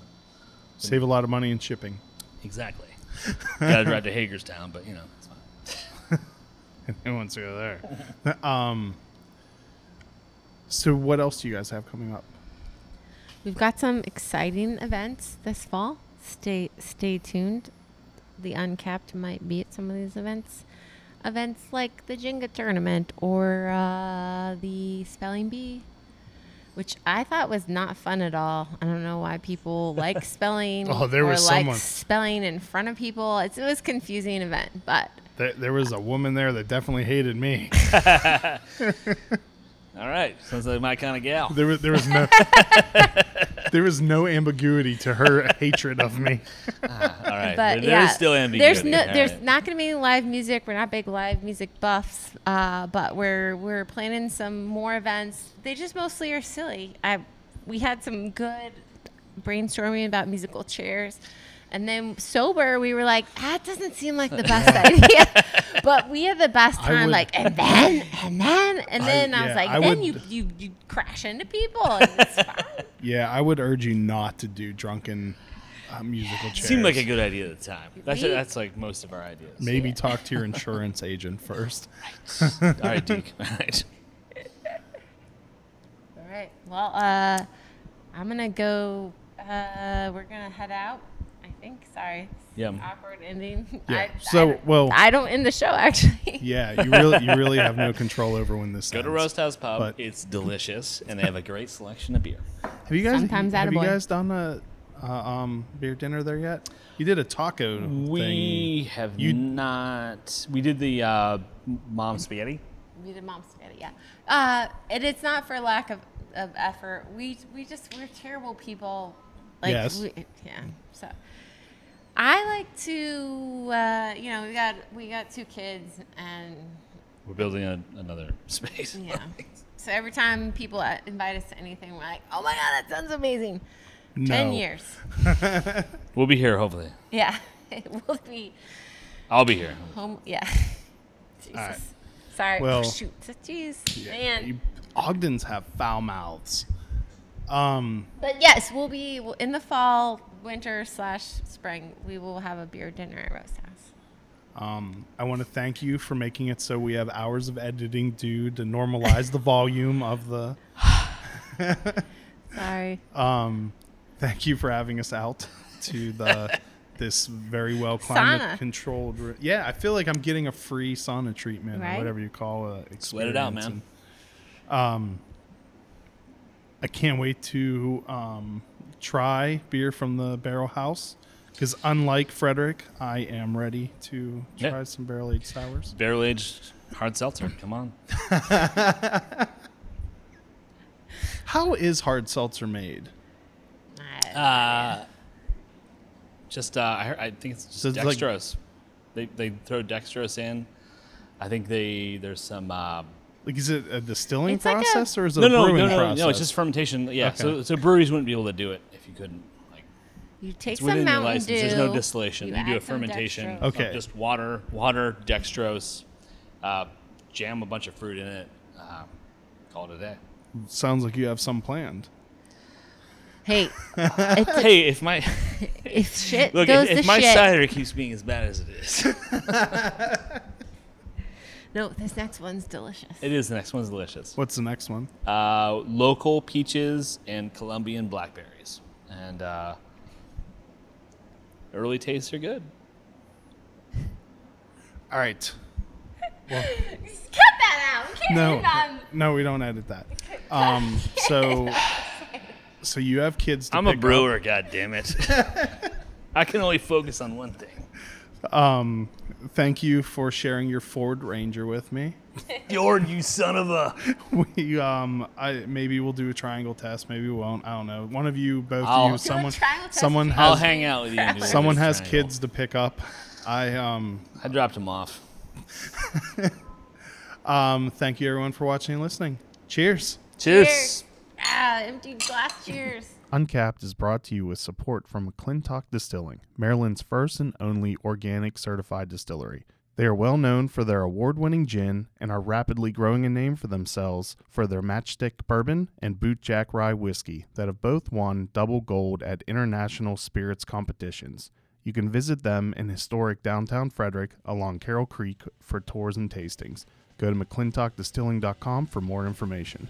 [SPEAKER 2] Save a lot of money in shipping.
[SPEAKER 4] Exactly. Got to drive to Hagerstown, but you know it's fine.
[SPEAKER 2] Who wants to go there? um, so what else do you guys have coming up?
[SPEAKER 3] We've got some exciting events this fall. Stay stay tuned. The uncapped might be at some of these events. Events like the Jenga tournament or uh, the spelling bee, which I thought was not fun at all. I don't know why people like spelling
[SPEAKER 2] Oh, there
[SPEAKER 3] or
[SPEAKER 2] was
[SPEAKER 3] like
[SPEAKER 2] someone-
[SPEAKER 3] spelling in front of people. It's, it was a confusing event, but
[SPEAKER 2] There, there was a woman there that definitely hated me.
[SPEAKER 4] All right, sounds like my kind of gal.
[SPEAKER 2] There was there was no there was no ambiguity to her hatred of me.
[SPEAKER 4] All right,
[SPEAKER 3] but
[SPEAKER 4] there-
[SPEAKER 3] yeah,
[SPEAKER 4] there's still ambiguity.
[SPEAKER 3] There's no,
[SPEAKER 4] All right.
[SPEAKER 3] there's not going to be any live music. We're not big live music buffs, uh, but we're we're planning some more events. They just mostly are silly. I we had some good brainstorming about musical chairs. And then sober, we were like, that doesn't seem like the best idea. But we had the best
[SPEAKER 2] I
[SPEAKER 3] time,
[SPEAKER 2] would-
[SPEAKER 3] like, and then, and then, and then I,
[SPEAKER 2] yeah,
[SPEAKER 3] was like,
[SPEAKER 2] I
[SPEAKER 3] then
[SPEAKER 2] would-
[SPEAKER 3] you, you you crash into people, and it's fine.
[SPEAKER 2] Yeah, I would urge you not to do drunken uh, musical chairs.
[SPEAKER 4] Seemed like a good idea at the time. That's
[SPEAKER 3] We-
[SPEAKER 4] that's like most of our ideas.
[SPEAKER 2] maybe talk to your insurance agent first.
[SPEAKER 4] All right, Deke. All right.
[SPEAKER 3] All right. Well, uh, I'm gonna go. Uh, we're gonna head out. I think. Sorry.
[SPEAKER 4] Yeah.
[SPEAKER 3] Awkward ending.
[SPEAKER 2] Yeah.
[SPEAKER 3] I,
[SPEAKER 2] so
[SPEAKER 3] I,
[SPEAKER 2] well,
[SPEAKER 3] I don't end the show actually.
[SPEAKER 2] yeah, you really you really have no control over when this.
[SPEAKER 4] Go to
[SPEAKER 2] ends.
[SPEAKER 4] Roast House Pub.
[SPEAKER 2] But-
[SPEAKER 4] it's delicious, and they have a great selection of beer.
[SPEAKER 2] Have you guys
[SPEAKER 3] Sometimes
[SPEAKER 2] have you
[SPEAKER 3] attaboy.
[SPEAKER 2] guys done a uh, um, beer dinner there yet? You did a taco thing.
[SPEAKER 4] We have not. We did the uh, mom spaghetti.
[SPEAKER 3] We did mom's spaghetti. Yeah. Uh, and it's not for lack of, of effort. We we just we're terrible people. Like,
[SPEAKER 2] Yes.
[SPEAKER 3] We, yeah. So. I like to, uh, you know, we got we got two kids, and
[SPEAKER 4] We're building a, another space.
[SPEAKER 3] yeah. so every time people uh, invite us to anything, we're like, oh my god, that sounds amazing. Ten
[SPEAKER 2] No.
[SPEAKER 3] years.
[SPEAKER 4] We'll be here hopefully.
[SPEAKER 3] Yeah, it will be
[SPEAKER 4] I'll be here.
[SPEAKER 3] home. Yeah. Jesus.
[SPEAKER 2] right.
[SPEAKER 3] Sorry. Oh,
[SPEAKER 2] Well-
[SPEAKER 3] Shoot. Jeez.
[SPEAKER 2] Yeah,
[SPEAKER 3] Man.
[SPEAKER 2] you- Ogdens have foul mouths. Um,
[SPEAKER 3] But yes, we'll be well, in the fall, winter slash spring. We will have a beer dinner at Rose House.
[SPEAKER 2] Um, I want to thank you for making it so we have hours of editing due to normalize the volume of the.
[SPEAKER 3] Sorry.
[SPEAKER 4] Uh,
[SPEAKER 2] Um, thank you for having us out to the this very well climate controlled. Re- yeah, I feel like I'm getting a free sauna treatment or
[SPEAKER 3] Right?
[SPEAKER 2] whatever you call it.
[SPEAKER 4] Sweat it out, man.
[SPEAKER 2] I can't wait to um, try beer from the Barrel House because unlike Frederick, I am ready to
[SPEAKER 4] Yeah.
[SPEAKER 2] try some barrel aged sours.
[SPEAKER 4] Barrel aged hard seltzer. Come on.
[SPEAKER 2] How is hard seltzer made?
[SPEAKER 3] I-
[SPEAKER 4] Uh, just uh, I, heard, I think it's just
[SPEAKER 2] So it's like-
[SPEAKER 4] dextrose. they they throw dextrose in. I think they there's some. Uh,
[SPEAKER 2] Like, is it a distilling
[SPEAKER 3] It's like a-
[SPEAKER 2] process or is it
[SPEAKER 4] no,
[SPEAKER 2] a
[SPEAKER 4] no, no,
[SPEAKER 2] brewing
[SPEAKER 4] no, no,
[SPEAKER 2] process?
[SPEAKER 4] no. It's just fermentation. Yeah. So
[SPEAKER 2] Okay.
[SPEAKER 4] so breweries wouldn't be able to do it if you couldn't. Like
[SPEAKER 3] you take
[SPEAKER 4] it's
[SPEAKER 3] some
[SPEAKER 4] within your
[SPEAKER 3] Mountain
[SPEAKER 4] license.
[SPEAKER 3] Dew.
[SPEAKER 4] There's no distillation. You, do
[SPEAKER 3] add some
[SPEAKER 4] a fermentation.
[SPEAKER 3] dextrose.
[SPEAKER 2] Okay.
[SPEAKER 4] of Just water, water, dextrose, uh, jam a bunch of fruit in it. Uh, call it a day.
[SPEAKER 2] Sounds like you have some planned.
[SPEAKER 3] Hey,
[SPEAKER 4] Hey, if my
[SPEAKER 3] if shit
[SPEAKER 4] look,
[SPEAKER 3] goes
[SPEAKER 4] if,
[SPEAKER 3] to
[SPEAKER 4] if my
[SPEAKER 3] shit.
[SPEAKER 4] cider keeps being as bad as it is,
[SPEAKER 3] No, this next one's delicious.
[SPEAKER 4] it is the next one's delicious.
[SPEAKER 2] What's the next one?
[SPEAKER 4] uh, local peaches and Colombian blackberries. And uh, early tastes are good.
[SPEAKER 2] All right.
[SPEAKER 3] Cut that out. We can't
[SPEAKER 2] No,
[SPEAKER 3] end on-
[SPEAKER 2] no, we don't edit that. Um, so, so you have kids. To
[SPEAKER 4] I'm a
[SPEAKER 2] pick
[SPEAKER 4] brewer, God damn it! I can only focus on one thing.
[SPEAKER 2] up. Thank you for sharing your Ford Ranger with me.
[SPEAKER 4] Jord, you son of a!
[SPEAKER 2] We, um, I maybe we'll do a triangle test. Maybe we won't. I don't know. One of you, both of
[SPEAKER 4] I'll- Do
[SPEAKER 2] you,
[SPEAKER 4] a
[SPEAKER 2] someone,
[SPEAKER 3] triangle test
[SPEAKER 2] someone
[SPEAKER 4] I'll
[SPEAKER 2] has,
[SPEAKER 4] hang out with you. and do
[SPEAKER 2] someone
[SPEAKER 4] this
[SPEAKER 2] has
[SPEAKER 4] triangle.
[SPEAKER 2] kids to pick up. I um,
[SPEAKER 4] I dropped him off.
[SPEAKER 2] um, thank you everyone for watching and listening. Cheers.
[SPEAKER 4] Cheers.
[SPEAKER 3] Cheers. Ah, empty glass. Cheers.
[SPEAKER 2] Uncapped is brought to you with support from McClintock Distilling, Maryland's first and only organic certified distillery. They are well known for their award winning gin and are rapidly growing a name for themselves for their matchstick bourbon and bootjack rye whiskey that have both won double gold at international spirits competitions. You can visit them in historic downtown Frederick along Carroll Creek for tours and tastings. Go to mcclintockdistilling.com for more information.